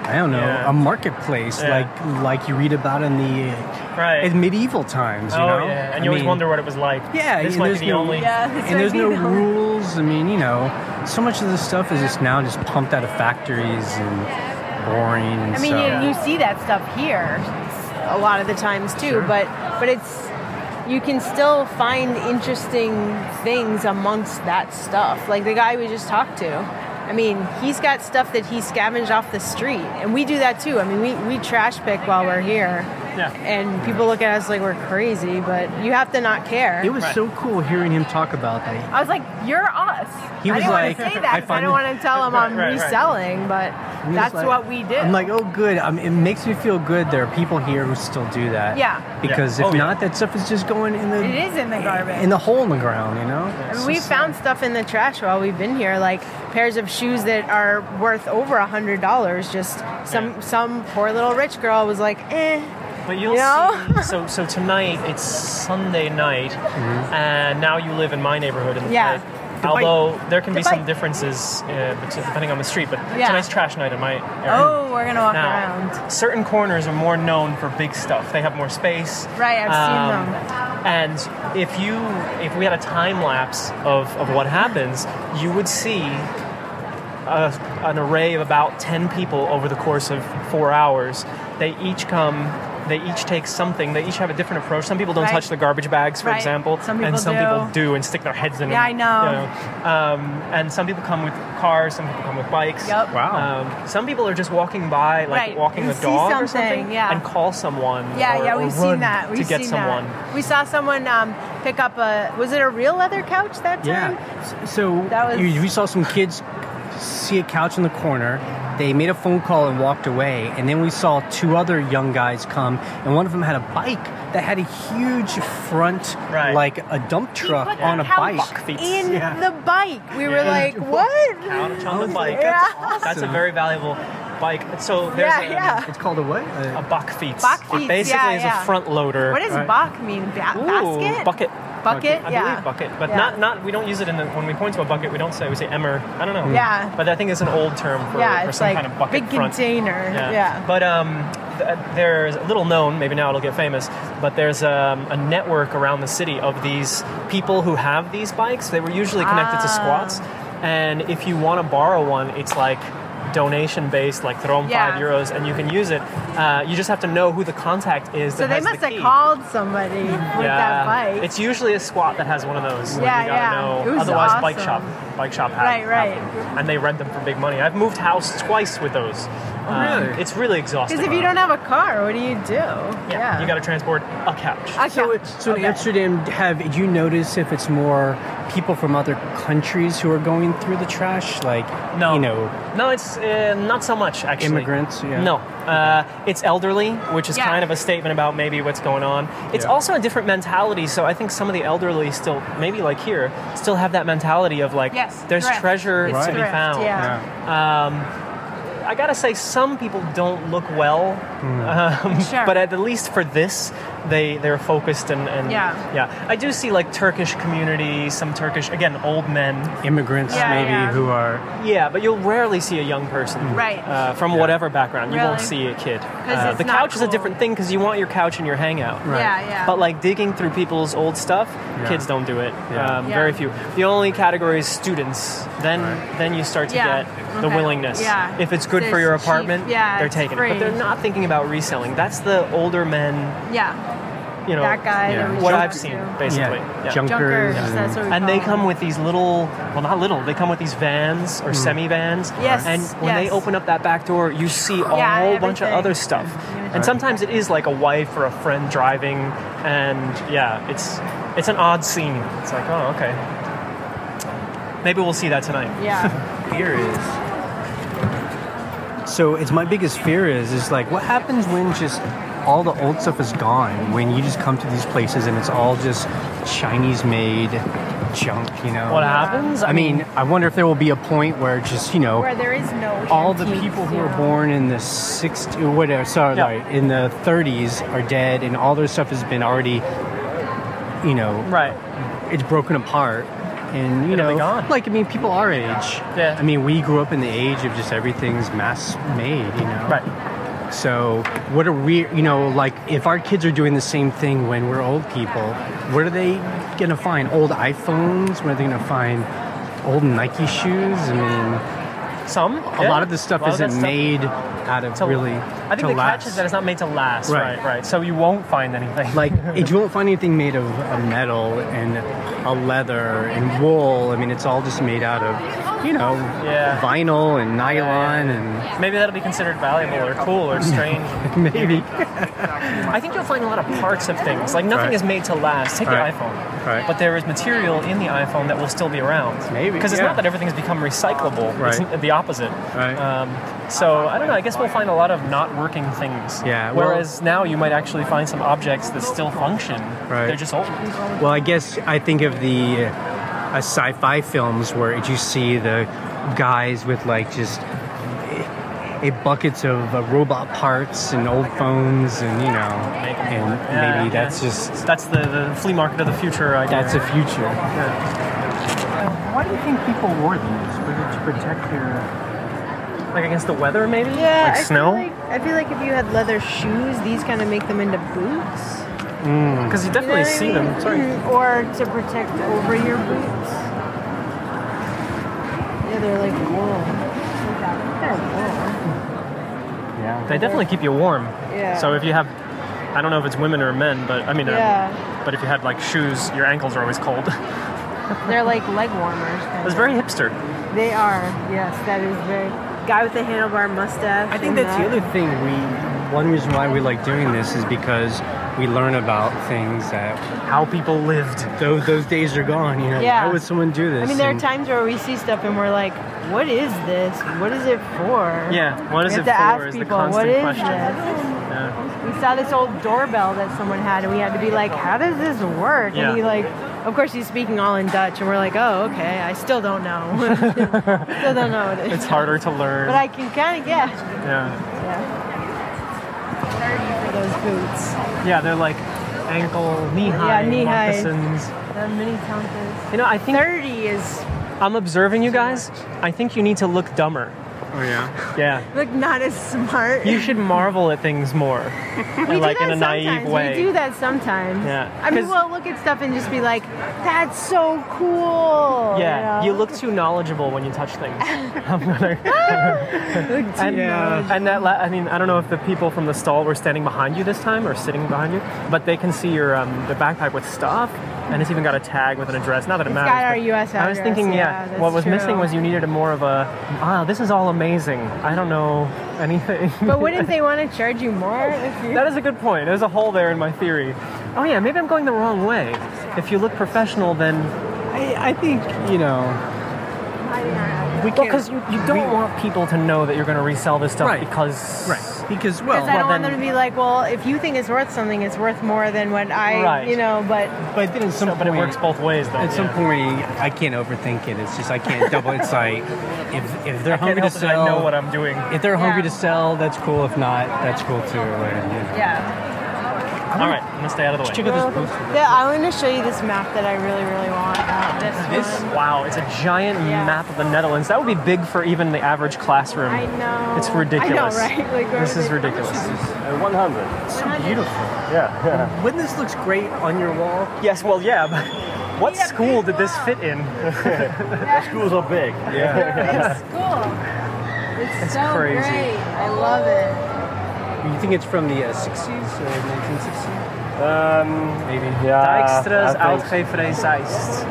Speaker 3: I don't know,
Speaker 1: Yeah.
Speaker 3: a marketplace
Speaker 1: Yeah.
Speaker 3: like like you read about in the uh,
Speaker 1: Right. Oh,
Speaker 3: in medieval times. You know?
Speaker 1: yeah, and
Speaker 3: I
Speaker 1: you always
Speaker 3: mean-
Speaker 1: wonder what it was like.
Speaker 3: Yeah,
Speaker 1: this
Speaker 3: yeah,
Speaker 1: might be
Speaker 3: there's
Speaker 1: the
Speaker 3: no-
Speaker 1: only.
Speaker 2: Yeah, this
Speaker 3: and there's
Speaker 2: might
Speaker 3: no
Speaker 2: be the only-
Speaker 3: rules. I mean, you know, so much of this stuff is just now just pumped out of factories and boring. And
Speaker 2: I mean,
Speaker 3: so.
Speaker 2: you, you see that stuff here a lot of the times too, but but it's you can still find interesting things amongst that stuff. Like the guy we just talked to. I mean, he's got stuff that he scavenged off the street, and we do that too. I mean, we, we trash pick while we're here,
Speaker 1: Yeah.
Speaker 2: and people look at us like we're crazy, but you have to not care.
Speaker 3: it was so cool hearing him talk about that.
Speaker 2: I was like, "You're us."
Speaker 3: He
Speaker 2: I
Speaker 3: was
Speaker 2: didn't want
Speaker 3: like,
Speaker 2: to say
Speaker 3: I
Speaker 2: that 'cause I
Speaker 3: find-
Speaker 2: don't want to tell him
Speaker 1: Right,
Speaker 2: I'm
Speaker 1: right, right.
Speaker 2: reselling,
Speaker 3: He
Speaker 2: but
Speaker 3: was
Speaker 2: that's
Speaker 3: like-
Speaker 2: what we do.
Speaker 3: I'm like, oh, good. Um, it makes me feel good. There are people here who still do that.
Speaker 2: Yeah.
Speaker 3: Because
Speaker 1: Yeah.
Speaker 3: if
Speaker 1: Oh, yeah.
Speaker 3: not, that stuff is just going in the
Speaker 2: it is in the garbage.
Speaker 3: in the hole in the ground. You know.
Speaker 2: I
Speaker 3: It's
Speaker 2: mean, we
Speaker 3: just-
Speaker 2: found stuff in the trash while we've been here, like pairs of shoes that are worth over a hundred dollars. Just some
Speaker 1: Yeah.
Speaker 2: some poor little rich girl was like, eh.
Speaker 1: But you'll
Speaker 2: You know?
Speaker 1: see. So so tonight it's Sunday night, and now you live in my neighborhood in the
Speaker 2: Yeah.
Speaker 1: Pike.
Speaker 3: The
Speaker 1: Although there can be
Speaker 2: The
Speaker 1: some
Speaker 2: Pike.
Speaker 1: differences uh, bet- depending on the street, but
Speaker 2: Yeah.
Speaker 1: tonight's trash night in my area.
Speaker 2: Oh, we're gonna walk
Speaker 1: Now,
Speaker 2: around.
Speaker 1: certain corners are more known for big stuff. They have more space. Um,
Speaker 2: Right, I've seen them.
Speaker 1: And if you, if we had a time lapse of, of what happens, you would see a, an array of about ten people over the course of four hours. They each come. They each take something. They each have a different approach. Some people don't
Speaker 2: Right.
Speaker 1: touch the garbage bags, for
Speaker 2: Right.
Speaker 1: example,
Speaker 2: Some
Speaker 1: and
Speaker 2: people
Speaker 1: some
Speaker 2: do.
Speaker 1: people do and stick their heads in.
Speaker 2: Yeah,
Speaker 1: them,
Speaker 2: I know.
Speaker 1: you Um, and some people come with cars. Some people come with bikes.
Speaker 2: Yep.
Speaker 3: Wow.
Speaker 1: Um, some people are just walking by, like
Speaker 2: Right.
Speaker 1: walking
Speaker 2: You
Speaker 1: the
Speaker 2: see
Speaker 1: dog or
Speaker 2: something,
Speaker 1: something,
Speaker 2: yeah.
Speaker 1: and call someone.
Speaker 2: Yeah,
Speaker 1: or-
Speaker 2: yeah,
Speaker 1: or
Speaker 2: we've
Speaker 1: run
Speaker 2: seen that. We've
Speaker 1: to get
Speaker 2: seen
Speaker 1: someone.
Speaker 2: that. We saw someone um, pick up a. Was it a real leather couch that time?
Speaker 3: Yeah. So
Speaker 2: That was-
Speaker 3: you, we saw some kids see a couch in the corner. They made a phone call and walked away. And then we saw two other young guys come, and one of them had a bike that had a huge front,
Speaker 1: Right.
Speaker 3: like a dump truck
Speaker 2: put
Speaker 3: on a
Speaker 2: the couch
Speaker 3: bike.
Speaker 1: feet.
Speaker 2: In
Speaker 3: Yeah.
Speaker 2: the bike, we were
Speaker 1: Yeah.
Speaker 2: like, "What?"
Speaker 1: Couch on the bike.
Speaker 2: Oh, Yeah.
Speaker 1: That's, that's a very valuable bike. So there's
Speaker 2: Yeah,
Speaker 1: a,
Speaker 2: yeah.
Speaker 3: It's called a what?
Speaker 1: a
Speaker 3: A,
Speaker 1: buck feet.
Speaker 2: Buck feet,
Speaker 1: It basically
Speaker 2: yeah,
Speaker 1: is
Speaker 2: yeah.
Speaker 1: a front loader.
Speaker 2: What does
Speaker 3: Right.
Speaker 2: bach mean? Ba-
Speaker 1: Ooh,
Speaker 2: basket?
Speaker 1: Bucket.
Speaker 2: Bucket?
Speaker 1: I
Speaker 2: yeah.
Speaker 1: believe bucket, but
Speaker 2: Yeah.
Speaker 1: not not. We don't use it in the when we point to a bucket. We don't say we say emmer. I don't know.
Speaker 2: Yeah.
Speaker 1: But I think it's an old term for,
Speaker 2: yeah,
Speaker 1: for
Speaker 2: it's
Speaker 1: some
Speaker 2: like
Speaker 1: kind of bucket
Speaker 2: big
Speaker 1: front.
Speaker 2: container. Yeah.
Speaker 1: But um, th- there's little known, maybe now it'll get famous, but there's um, a network around the city of these people who have these bikes. They were usually connected
Speaker 2: Ah.
Speaker 1: to squats, and if you want to borrow one, it's like donation based, like throw 'em
Speaker 2: Yeah.
Speaker 1: five euros, and you can use it. Uh, you just have to know who the contact is.
Speaker 2: So
Speaker 1: that
Speaker 2: they
Speaker 1: has the
Speaker 2: must have
Speaker 1: key.
Speaker 2: called somebody with that bike.
Speaker 1: It's usually a squat that has one of those. Like,
Speaker 2: Yeah,
Speaker 1: you gotta
Speaker 2: yeah.
Speaker 1: know.
Speaker 2: It was
Speaker 1: Otherwise, bike shop,
Speaker 2: awesome.
Speaker 1: bike shop had
Speaker 2: Right, right.
Speaker 1: have them. and they rent them for big money. I've moved house twice with those.
Speaker 3: Oh,
Speaker 1: Um,
Speaker 3: really?
Speaker 1: It's really exhausting.
Speaker 2: Because if you don't have a car, what do you do? Yeah,
Speaker 1: you got to transport a couch.
Speaker 2: Okay.
Speaker 3: So, it's, so in Amsterdam, have did you notice if it's more people from other countries who are going through the trash, like
Speaker 1: no,
Speaker 3: you know,
Speaker 1: no, it's uh, not so much actually.
Speaker 3: immigrants? Yeah.
Speaker 1: No, uh, it's elderly, which is
Speaker 2: Yeah.
Speaker 1: kind of a statement about maybe what's going on. It's
Speaker 3: Yeah.
Speaker 1: also a different mentality, so I think some of the elderly still, maybe like here, still have that mentality of like,
Speaker 2: Yes,
Speaker 1: there's
Speaker 2: thrift.
Speaker 1: treasure
Speaker 2: It's
Speaker 1: to be
Speaker 2: thrift,
Speaker 1: found.
Speaker 2: yeah.
Speaker 3: Yeah.
Speaker 1: I gotta say, some people don't look well, um,
Speaker 2: Sure.
Speaker 1: but at the least for this, they they're focused and, and
Speaker 2: Yeah.
Speaker 1: I do see like Turkish community, some Turkish again old men,
Speaker 3: Immigrants
Speaker 2: Yeah,
Speaker 3: maybe
Speaker 2: yeah.
Speaker 3: who are
Speaker 1: yeah, but you'll rarely see a young person,
Speaker 2: Right.
Speaker 1: Uh, from whatever background, you won't
Speaker 2: Really?
Speaker 1: see a kid.
Speaker 2: 'Cause
Speaker 1: Uh,
Speaker 2: it's
Speaker 1: the
Speaker 2: not
Speaker 1: couch is a
Speaker 2: cool.
Speaker 1: different thing because you want your couch and your hangout.
Speaker 3: Right.
Speaker 2: Yeah, yeah.
Speaker 1: But like digging through people's old stuff,
Speaker 3: Yeah.
Speaker 1: kids don't do it.
Speaker 3: Yeah.
Speaker 1: Um,
Speaker 2: Yeah.
Speaker 1: Very few. The only category is students. Then
Speaker 3: Right.
Speaker 1: then you start to
Speaker 2: Yeah.
Speaker 1: get the
Speaker 2: Okay.
Speaker 1: willingness.
Speaker 2: Yeah.
Speaker 1: If it's good for
Speaker 2: There's
Speaker 1: your
Speaker 2: cheap-
Speaker 1: apartment,
Speaker 2: yeah,
Speaker 1: they're
Speaker 2: it's
Speaker 1: taking it. But
Speaker 2: free.
Speaker 1: they're not thinking about reselling. That's the older men,
Speaker 2: yeah,
Speaker 1: you know,
Speaker 2: that guy.
Speaker 3: yeah.
Speaker 2: that we
Speaker 1: what
Speaker 2: talked
Speaker 1: I've
Speaker 2: to.
Speaker 1: seen, basically.
Speaker 3: yeah,
Speaker 1: Yeah.
Speaker 3: junkers,
Speaker 2: Junkers.
Speaker 3: and-
Speaker 2: That's what we
Speaker 1: And they
Speaker 2: call them.
Speaker 1: come with these little, well, not little, they come with these vans
Speaker 3: Hmm.
Speaker 1: or semi vans.
Speaker 2: Yes,
Speaker 1: And when they
Speaker 2: yes.
Speaker 1: open up that back door, you see a
Speaker 2: Yeah,
Speaker 1: whole bunch of
Speaker 2: everything.
Speaker 1: other stuff. And sometimes it is like a wife or a friend driving, and yeah, it's it's an odd scene. It's like, oh, okay. Maybe we'll see that tonight.
Speaker 2: Yeah,
Speaker 3: fear is. So it's my biggest fear is is like what happens when just all the old stuff is gone when you just come to these places and it's all just Chinese made junk, you know.
Speaker 1: What happens?
Speaker 3: I mean, I wonder if there will be a point where just you know
Speaker 2: where there is no.
Speaker 3: all the
Speaker 2: antiques,
Speaker 3: people who
Speaker 2: you
Speaker 3: were
Speaker 2: know.
Speaker 3: born in the 60s, or whatever, sorry,
Speaker 1: Yeah.
Speaker 3: like, in the 30s are dead, and all their stuff has been already, you know,
Speaker 1: Right.
Speaker 3: it's broken apart. And, you
Speaker 1: It'll
Speaker 3: know,
Speaker 1: be gone.
Speaker 3: like, I mean, people our age.
Speaker 1: Yeah.
Speaker 3: I mean, we grew up in the age of just everything's mass made, you know?
Speaker 1: Right.
Speaker 3: So, what are we, you know, like, if our kids are doing the same thing when we're old people, what are they going to find? Old iPhones? What are they going to find? Old Nike shoes? I mean,
Speaker 1: Some.
Speaker 3: a lot of this stuff isn't made out of
Speaker 1: to
Speaker 3: really
Speaker 1: I think
Speaker 3: to
Speaker 1: the
Speaker 3: last.
Speaker 1: catch is that it's not made to last.
Speaker 3: Right.
Speaker 1: Right. Right. So you won't find anything.
Speaker 3: like it, you won't find anything made of a metal and a leather and wool. I mean, it's all just made out of you know
Speaker 1: Yeah.
Speaker 3: vinyl and nylon and
Speaker 1: Maybe that'll be considered valuable or cool or strange.
Speaker 3: maybe
Speaker 1: I think you'll find a lot of parts of things. Like nothing
Speaker 3: Right.
Speaker 1: is made to last. Take
Speaker 3: Right.
Speaker 1: the iPhone.
Speaker 3: Right.
Speaker 1: But there is material in the iPhone that will still be around.
Speaker 3: Maybe,
Speaker 1: Because it's
Speaker 3: yeah.
Speaker 1: not that everything's become recyclable. It's
Speaker 3: Right.
Speaker 1: n- the opposite.
Speaker 3: Right.
Speaker 1: Um, so I don't know. I guess we'll find a lot of not working things.
Speaker 3: Yeah, well-
Speaker 1: Whereas now you might actually find some objects that still function.
Speaker 3: Right.
Speaker 1: They're just old.
Speaker 3: Well, I guess I think of the uh, sci-fi films where you see the guys with like just a buckets of uh, robot parts and old phones and you know and
Speaker 1: Yeah,
Speaker 3: maybe
Speaker 1: yeah.
Speaker 3: that's just
Speaker 1: that's the, the flea market of the future. Idea.
Speaker 3: That's a future. Why do you think people wore these? Was it to protect their?
Speaker 1: like against the weather maybe.
Speaker 2: Yeah,
Speaker 1: Like
Speaker 2: I
Speaker 1: snow?
Speaker 2: Feel like, I feel like if you had leather shoes, these kind of make them into boots.
Speaker 1: Because you
Speaker 2: You know
Speaker 1: definitely
Speaker 2: what I
Speaker 1: see
Speaker 2: mean?
Speaker 1: them. Sorry.
Speaker 2: Or to protect over your boots. Yeah, they're like wool. They're wool.
Speaker 3: Yeah.
Speaker 1: They definitely keep you warm.
Speaker 2: Yeah.
Speaker 1: So if you have, I don't know if it's women or men, but I mean, uh,
Speaker 2: Yeah.
Speaker 1: but if you had like shoes, your ankles are always cold. it
Speaker 2: They're like leg warmers. kind
Speaker 1: was
Speaker 2: of.
Speaker 1: very hipster.
Speaker 2: They are. Yes, that is very. Guy with the handlebar mustache.
Speaker 3: I think
Speaker 2: and
Speaker 3: that's the
Speaker 2: that.
Speaker 3: other thing. We one reason why we like doing this is because we learn about things that
Speaker 1: How people lived.
Speaker 3: those those days are gone. You know,
Speaker 2: Yeah.
Speaker 3: why would someone do this?
Speaker 2: I mean, there are
Speaker 3: And-
Speaker 2: times where we see stuff and we're like, "What is this? What is it for?"
Speaker 1: Yeah. What is
Speaker 2: we
Speaker 1: it
Speaker 2: have to
Speaker 1: for?
Speaker 2: ask
Speaker 1: is the
Speaker 2: people,
Speaker 1: constant
Speaker 2: "What is
Speaker 1: question.
Speaker 2: this?"
Speaker 1: Yeah.
Speaker 2: We saw this old doorbell that someone had, and we had to be like, "How does this work?"
Speaker 1: Yeah.
Speaker 2: And he like, of course, he's speaking all in Dutch, and we're like, "Oh, okay. I still don't know. still don't know." What it
Speaker 1: It's
Speaker 2: is.
Speaker 1: harder to learn.
Speaker 2: But I can kind of guess.
Speaker 1: yeah.
Speaker 2: Yeah. Thirty for those boots.
Speaker 1: Yeah, they're like ankle knee high
Speaker 2: Yeah, knee-high.
Speaker 1: moccasins.
Speaker 2: That mini tonkers.
Speaker 1: You know, I think
Speaker 2: Thirty is
Speaker 1: I'm observing you guys. I think you need to look dumber.
Speaker 3: Oh yeah.
Speaker 1: Yeah.
Speaker 2: Like not as smart.
Speaker 1: You should marvel at things more,
Speaker 2: we
Speaker 1: like
Speaker 2: do
Speaker 1: in
Speaker 2: that
Speaker 1: a naive
Speaker 2: sometimes.
Speaker 1: way.
Speaker 2: We do that sometimes.
Speaker 1: Yeah.
Speaker 2: I mean,
Speaker 1: 'Cause-
Speaker 2: we'll look at stuff and just be like, "That's so cool."
Speaker 1: Yeah,
Speaker 2: you
Speaker 1: you
Speaker 2: know?
Speaker 1: look too knowledgeable when you touch things. And,
Speaker 3: Yeah.
Speaker 1: and that, la- I mean, I don't know if the people from the stall were standing behind you this time or sitting behind you, but they can see your um, the backpack with stuff, and it's even got a tag with an address. Not that it
Speaker 2: It's
Speaker 1: matters.
Speaker 2: got our
Speaker 1: but
Speaker 2: US
Speaker 1: I was
Speaker 2: address,
Speaker 1: thinking,
Speaker 2: yeah,
Speaker 1: yeah,
Speaker 2: that's
Speaker 1: what was missing
Speaker 2: true.
Speaker 1: was you needed a more of a ah, this is all amazing. I don't know anything.
Speaker 2: But wouldn't they want to charge you more if you?
Speaker 1: That is a good point. There's a hole there in my theory. Oh yeah, maybe I'm going the wrong way. If you look professional, then
Speaker 3: I, I think you know. We
Speaker 1: well, because you, you don't want people to know that you're going to resell this stuff
Speaker 3: Right.
Speaker 1: because
Speaker 3: right because well,
Speaker 2: Because I don't
Speaker 1: Well,
Speaker 2: want
Speaker 1: then-
Speaker 2: them to be like, well, if you think it's worth something, it's worth more than what I,
Speaker 1: Right.
Speaker 2: you know. But
Speaker 3: but then at some
Speaker 1: So, but it
Speaker 3: point-
Speaker 1: works both ways, though.
Speaker 3: At some
Speaker 1: yeah.
Speaker 3: point, I can't overthink it. It's just I can't double. It's like if if they're
Speaker 1: I can't
Speaker 3: hungry to
Speaker 1: help it, I
Speaker 3: sell,
Speaker 1: know what I'm doing.
Speaker 3: if they're hungry
Speaker 2: Yeah.
Speaker 3: to sell, that's cool. If not, that's cool too. And, you know.
Speaker 2: yeah.
Speaker 1: All right, I'm gonna stay out of the way.
Speaker 3: Check out this booth.
Speaker 2: Yeah, I want to show you this map that I really, really want. Uh, this,
Speaker 1: This-
Speaker 2: one.
Speaker 1: Wow, it's a giant
Speaker 2: Yeah.
Speaker 1: map of the Netherlands. That would be big for even the average classroom.
Speaker 2: I know.
Speaker 1: It's ridiculous.
Speaker 2: I know, right? Like, where
Speaker 1: This
Speaker 2: are
Speaker 1: is
Speaker 2: they-
Speaker 1: ridiculous.
Speaker 7: Uh, 100.
Speaker 3: So beautiful.
Speaker 7: Yeah, yeah.
Speaker 3: Wouldn't this looks great on your wall?
Speaker 1: Yes, well, yeah, but what
Speaker 2: Yeah,
Speaker 1: school
Speaker 2: big
Speaker 1: did this
Speaker 2: wall.
Speaker 1: fit in?
Speaker 7: Schools are big.
Speaker 2: It's cool. It's, so
Speaker 1: crazy.
Speaker 2: great. I love it.
Speaker 3: You think it's from the uh, 60s or 1960s?
Speaker 7: Um,
Speaker 3: Maybe.
Speaker 7: yeah.
Speaker 1: Uh, Dijkstra's
Speaker 7: I think
Speaker 1: Uitgeverij Zeist.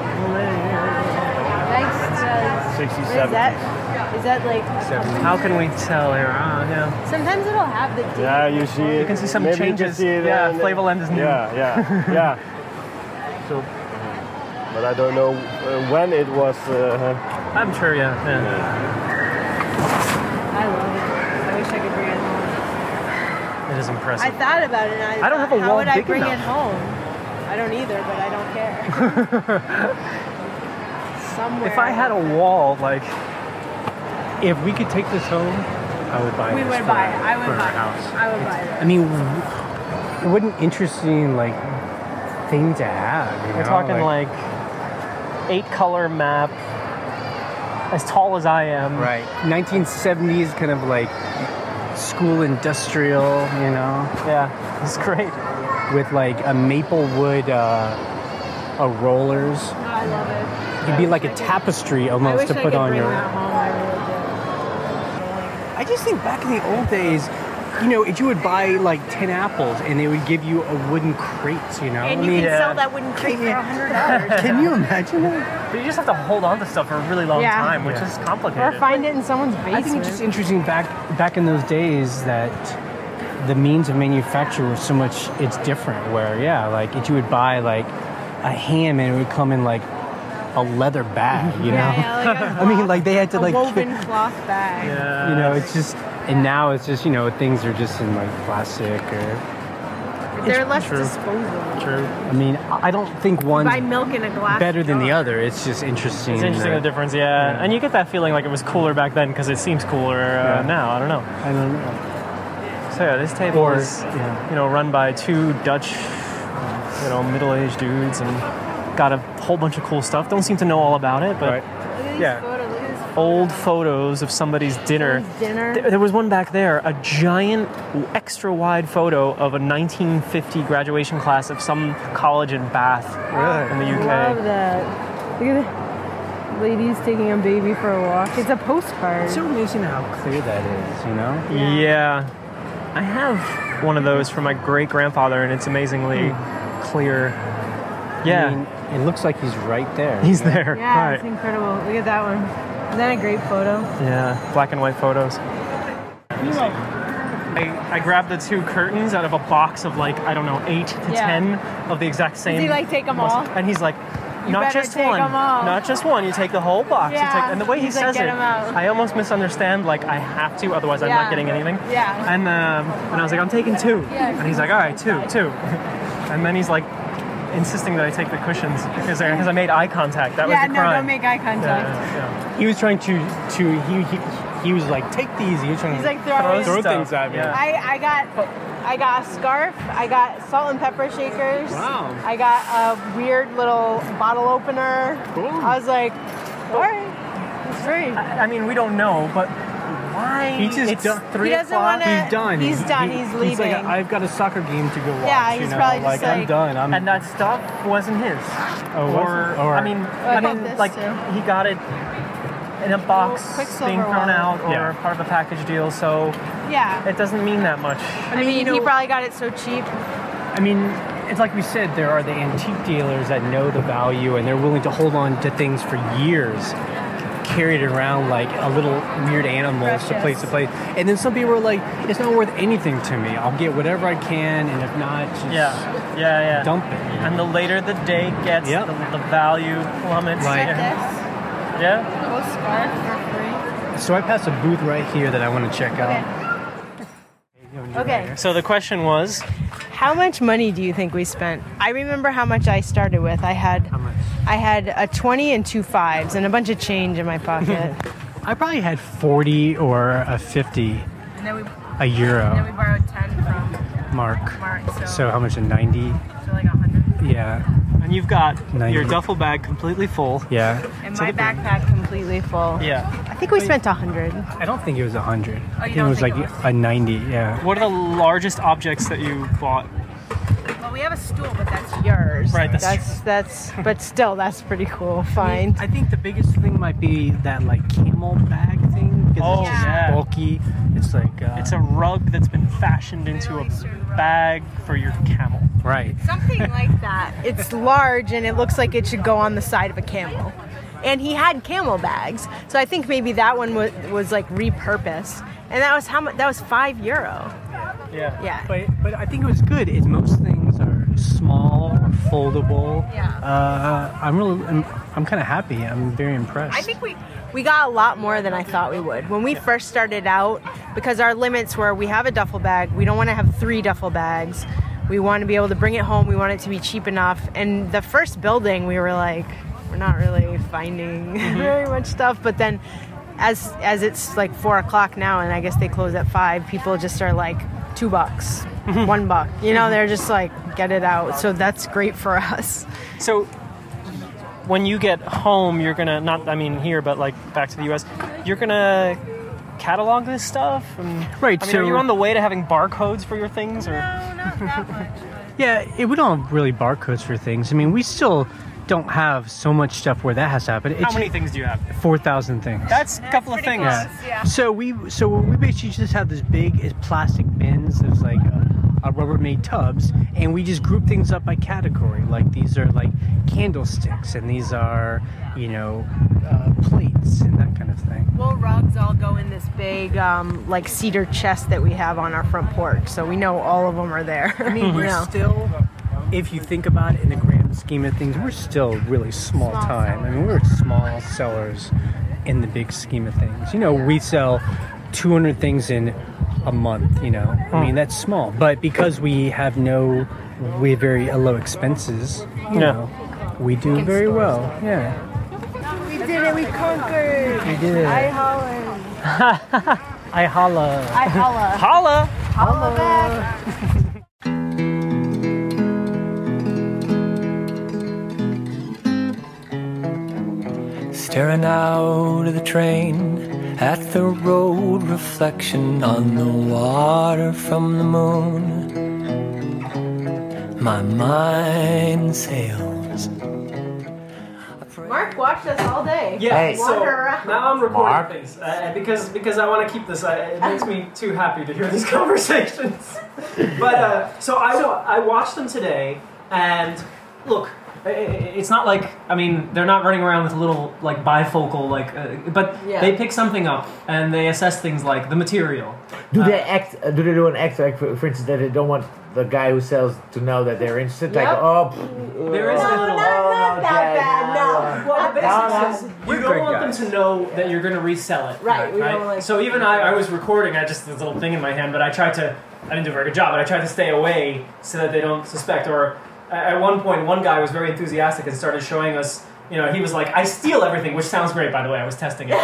Speaker 2: Nice.
Speaker 7: 67.
Speaker 2: uh, Is that? Is that like?
Speaker 3: 70s.
Speaker 1: How can we tell here? Ah, yeah.
Speaker 2: Sometimes it'll have the date.
Speaker 7: Yeah, you see. You
Speaker 1: can see some changes.
Speaker 7: You can see it
Speaker 1: Yeah,
Speaker 7: and-
Speaker 1: Flevoland is new.
Speaker 7: Yeah, yeah, yeah. So, but I don't know uh, when it was. Uh,
Speaker 1: I'm sure, yeah. yeah.
Speaker 2: I love it. I wish I could bring it home.
Speaker 1: It is
Speaker 2: I
Speaker 1: impressive.
Speaker 2: thought about it. And I,
Speaker 1: I don't
Speaker 2: thought,
Speaker 1: have a
Speaker 2: How
Speaker 1: wall
Speaker 2: would I
Speaker 1: big
Speaker 2: bring it
Speaker 1: enough.
Speaker 2: home? I don't either, but I don't care. Somewhere.
Speaker 1: if I had a wall, like,
Speaker 3: If we could take this home, I would buy
Speaker 2: we
Speaker 3: this
Speaker 2: would
Speaker 3: for,
Speaker 2: buy it. I would
Speaker 3: for
Speaker 2: buy
Speaker 3: our
Speaker 2: it.
Speaker 3: house.
Speaker 2: I would buy it.
Speaker 3: I mean, what an interesting like thing to have. You
Speaker 1: we're
Speaker 3: know?
Speaker 1: talking like, eight color map, as tall as I am.
Speaker 3: Right. 1970s kind of like school industrial, you know,
Speaker 1: Yeah, it's great.
Speaker 3: with like a maple wood uh, uh, rollers.
Speaker 2: I love it.
Speaker 3: It'd be like a tapestry
Speaker 2: I wish
Speaker 3: almost to
Speaker 2: I
Speaker 3: put
Speaker 2: could
Speaker 3: on
Speaker 2: bring
Speaker 3: your.
Speaker 2: that home. I really
Speaker 3: I just think back in the old days, you know, if you would buy like 10 apples and they would give you a wooden crate, you know?
Speaker 2: do.
Speaker 3: I mean,
Speaker 1: Yeah.
Speaker 2: that wooden crate for hundred dollars.
Speaker 3: can you imagine that?
Speaker 1: But you just have to hold on to stuff for a really long
Speaker 2: Yeah.
Speaker 1: time, which
Speaker 3: Yeah.
Speaker 1: is complicated.
Speaker 2: Or find it in someone's
Speaker 3: I think it's just
Speaker 2: basement.
Speaker 3: interesting back back in those days that the means of manufacture were so much it's different where yeah like if you would buy like a ham and it would come in like a leather bag you know
Speaker 2: Yeah, yeah, like a
Speaker 3: I mean like they had to
Speaker 2: a
Speaker 3: like
Speaker 2: woven cloth bag.
Speaker 1: Yeah.
Speaker 3: you know it's just and now it's just you know things are just in like plastic or
Speaker 2: They're less
Speaker 1: true.
Speaker 2: disposable.
Speaker 1: true.
Speaker 3: I mean I I don't think one's
Speaker 2: Buy milk in a glass.
Speaker 3: better than the
Speaker 2: jar.
Speaker 3: other it's just interesting
Speaker 1: It's interesting the
Speaker 3: that-
Speaker 1: difference, yeah. And you get that feeling like it was cooler back then because it seems cooler uh,
Speaker 3: Yeah.
Speaker 1: now. I don't know.
Speaker 3: I don't know
Speaker 1: So yeah, this table
Speaker 3: Or-
Speaker 1: is
Speaker 3: yeah.
Speaker 1: you know run by two Dutch, you know, middle-aged dudes and got a whole bunch of cool stuff. Don't seem to know all about it, but
Speaker 3: Right.
Speaker 2: Look at these
Speaker 1: Yeah.
Speaker 2: photos, look at this
Speaker 1: old photos of somebody's dinner.
Speaker 2: Someone's dinner.
Speaker 1: Th- There was one back there, a giant, extra wide photo of a 1950 graduation class of some college in Bath, in the UK.
Speaker 2: Oh, Love that. Look at the ladies taking a baby for a walk. It's a postcard.
Speaker 3: it's so amazing how clear that is you know
Speaker 1: Yeah. I have one of those from my great grandfather, and it's amazingly
Speaker 2: Hmm.
Speaker 1: clear. Yeah,
Speaker 3: I mean, it looks like he's right there
Speaker 1: he's there.
Speaker 2: yeah, it's
Speaker 1: right.
Speaker 2: incredible. Look at that one. Isn't that a great photo?
Speaker 1: Yeah, black and white photos. I, I grabbed the two curtains out of a box of like, I don't know, eight to
Speaker 2: Yeah.
Speaker 1: ten of the exact same.
Speaker 2: Does he like take them all?
Speaker 1: And he's like, not
Speaker 2: better
Speaker 1: just
Speaker 2: take
Speaker 1: one,
Speaker 2: 'em all."
Speaker 1: not just one. You take the whole box. You
Speaker 2: Yeah.
Speaker 1: take, and the way he
Speaker 2: He's like,
Speaker 1: says
Speaker 2: "Get
Speaker 1: it,
Speaker 2: 'em out."
Speaker 1: I almost misunderstand. Like I have to, otherwise I'm
Speaker 2: Yeah.
Speaker 1: not getting anything.
Speaker 2: Yeah.
Speaker 1: And um, and I was like, I'm taking two.
Speaker 2: Yeah.
Speaker 1: And he's like, all right, two, two. And then he's like, insisting that I take the cushions because I, 'cause I made eye contact. That
Speaker 2: yeah,
Speaker 1: was
Speaker 2: no,
Speaker 1: the crime.
Speaker 2: don't make eye contact.
Speaker 1: Yeah, yeah.
Speaker 3: He was trying to to he he, he was like take these. He was trying
Speaker 2: He's
Speaker 3: to
Speaker 2: like throwing.
Speaker 1: Throw
Speaker 3: throw
Speaker 1: stuff,
Speaker 3: things at me.
Speaker 1: yeah.
Speaker 2: I, I got I got a scarf. I got salt and pepper shakers.
Speaker 3: Wow.
Speaker 2: I got a weird little bottle opener.
Speaker 3: Cool.
Speaker 2: I was like, all right, it's free.
Speaker 1: I mean, we don't know, but
Speaker 2: why?
Speaker 5: He just
Speaker 2: It's-
Speaker 5: done three
Speaker 2: he doesn't
Speaker 5: o'clock.
Speaker 2: wanna-
Speaker 5: he's done.
Speaker 2: he's done, he's
Speaker 5: like,
Speaker 2: leaving.
Speaker 5: I've got a soccer game to go watch.
Speaker 2: Yeah,
Speaker 5: you
Speaker 2: he's
Speaker 5: know?
Speaker 2: probably just
Speaker 5: like, I'm
Speaker 2: like-
Speaker 5: done. I'm
Speaker 8: and that stuff wasn't his.
Speaker 5: Oh, was
Speaker 8: or,
Speaker 5: it? Or-
Speaker 8: I mean, I
Speaker 2: got
Speaker 8: mean,
Speaker 2: this
Speaker 8: like
Speaker 2: too.
Speaker 8: he got it in a box
Speaker 2: Quicksilver
Speaker 8: being thrown
Speaker 2: wallet.
Speaker 8: out or
Speaker 5: Yeah.
Speaker 8: part of a package deal, so
Speaker 2: Yeah.
Speaker 8: it doesn't mean that much.
Speaker 2: I mean, he probably got it so cheap.
Speaker 3: I mean, it's like we said, there are the antique dealers that know the value and they're willing to hold on to things for years, carry it around like a little weird animal to
Speaker 2: Precious.
Speaker 3: place to place. And then some people are like, it's not worth anything to me. I'll get whatever I can, and if not, just
Speaker 8: Yeah, yeah, yeah.
Speaker 3: dump it. you know?
Speaker 8: And the later the day gets,
Speaker 3: Yep.
Speaker 8: the, the value plummets.
Speaker 3: Like-
Speaker 8: yeah.
Speaker 4: This
Speaker 8: yeah.
Speaker 4: little scarf for free.
Speaker 3: So I passed a booth right here that I want to check out.
Speaker 2: Okay.
Speaker 1: So the question was,
Speaker 2: How much money do you think we spent? I remember how much I started with. I had
Speaker 3: How much?
Speaker 2: I had a 20 and two fives and a bunch of change in my pocket.
Speaker 3: I probably had 40 or a 50,
Speaker 4: And then we
Speaker 3: a
Speaker 4: then we
Speaker 3: euro
Speaker 4: borrowed ten from
Speaker 3: mark.
Speaker 4: Mark, so,
Speaker 3: So how much? A 90?
Speaker 4: so like a hundred.
Speaker 3: Yeah,
Speaker 1: and you've got your
Speaker 3: Ninety.
Speaker 1: duffel bag completely full.
Speaker 3: yeah.
Speaker 4: And my backpack completely full.
Speaker 1: Yeah.
Speaker 2: I think we spent a 100.
Speaker 3: I don't think it was 100. I Oh, think
Speaker 4: don't
Speaker 3: it was
Speaker 4: think
Speaker 3: like
Speaker 4: it was?
Speaker 3: a 90, yeah.
Speaker 1: What are the largest objects that you bought?
Speaker 4: Well, we have a stool, but that's
Speaker 2: Yours.
Speaker 1: Right, that's
Speaker 2: that's, that's but still that's pretty cool find.
Speaker 3: I think the biggest thing might be that like camel bag thing. 'cause
Speaker 1: Oh,
Speaker 3: it's just
Speaker 1: yeah.
Speaker 3: bulky. It's like uh,
Speaker 1: It's a rug that's been fashioned into a bag for your camel.
Speaker 3: right.
Speaker 4: something like that.
Speaker 2: It's large and it looks like it should go on the side of a camel. And he had camel bags. So I think maybe that one was, was like repurposed. And that was how much that was 5 euro.
Speaker 1: Yeah.
Speaker 2: Yeah.
Speaker 3: But but I think it was good. Is most things are small or foldable.
Speaker 4: Yeah.
Speaker 3: Uh, I'm really I'm, I'm kind of happy. I'm very impressed.
Speaker 2: I think we we got a lot more than I thought we would when we first started out because our limits were we have a duffel bag, we don't want to have three duffel bags. We want to be able to bring it home. We want it to be cheap enough. And the first building, we were like, we're not really finding very much stuff. But then, as as it's like four o'clock now, and I guess they close at five, people just are like, two bucks, one buck. You know, they're just like, get it out. So that's great for us.
Speaker 1: So when you get home, you're gonna not I mean here, but like back to the US, you're gonna catalog this stuff and
Speaker 3: Right,
Speaker 1: I mean,
Speaker 3: so-
Speaker 1: are you on the way to having barcodes for your things or
Speaker 3: Yeah, it, we don't have really barcodes for things. I mean, we still don't have so much stuff where that has to happen. It's
Speaker 1: how many things do you have?
Speaker 3: Four thousand things.
Speaker 1: That's a couple of things.
Speaker 4: Yeah.
Speaker 3: So we so we basically just have this big is plastic bins. There's like a, a Rubbermaid tubs, and we just group things up by category. Like these are like candlesticks, and these are you know uh, plates and that kind of thing.
Speaker 2: Wool rugs all go in this big, um, like cedar chest that we have on our front porch, so we know all of them are there. I mean,
Speaker 3: We're still, if you think about it in the grand scheme of things, we're still really small, time. I mean, we're small sellers in the big scheme of things. You know, we sell 200 things in a month. You know, I mean that's small, but because we have no, we have very low expenses. You
Speaker 1: Yeah.
Speaker 3: know, we do very well. Yeah.
Speaker 2: we did it. We conquered.
Speaker 3: We did it.
Speaker 2: Holland.
Speaker 3: I holla.
Speaker 2: I holla.
Speaker 1: Holla!
Speaker 2: Holla back.
Speaker 9: Staring out of the train at the road reflection on the water from the moon. My mind sails.
Speaker 2: Mark watched us all day.
Speaker 1: Yeah,
Speaker 9: Hey.
Speaker 1: so
Speaker 2: Wander around.
Speaker 1: now I'm recording
Speaker 9: Mark.
Speaker 1: things uh, because because I want to keep this. I, it makes me too happy to hear these conversations. but uh, so I wa- I watched them today, and look, i- i- it's not like I mean they're not running around with little like bifocal like, uh, but
Speaker 2: Yeah.
Speaker 1: they pick something up and they assess things like the material.
Speaker 10: Do they act? uh, Do they do an act like, for, for instance, that they don't want the guy who sells to know that they're interested?
Speaker 2: Yep.
Speaker 10: Like, oh, pff,
Speaker 1: There is
Speaker 2: No,
Speaker 1: a
Speaker 2: not,
Speaker 1: little.
Speaker 2: not that bad. No.
Speaker 1: Well, the basics
Speaker 10: no,
Speaker 1: is
Speaker 10: we're
Speaker 1: you don't
Speaker 10: great
Speaker 1: want
Speaker 10: guys.
Speaker 1: them to know that you're going to resell it.
Speaker 2: Right, we don't like-
Speaker 1: so even I, I was recording. I just this little thing in my hand, but I tried to. I didn't do a very good job, but I tried to stay away so that they don't suspect. Or at at one point, one guy was very enthusiastic and started showing us. You know, he was like, "I steal everything," which sounds great, by the way. I was testing it,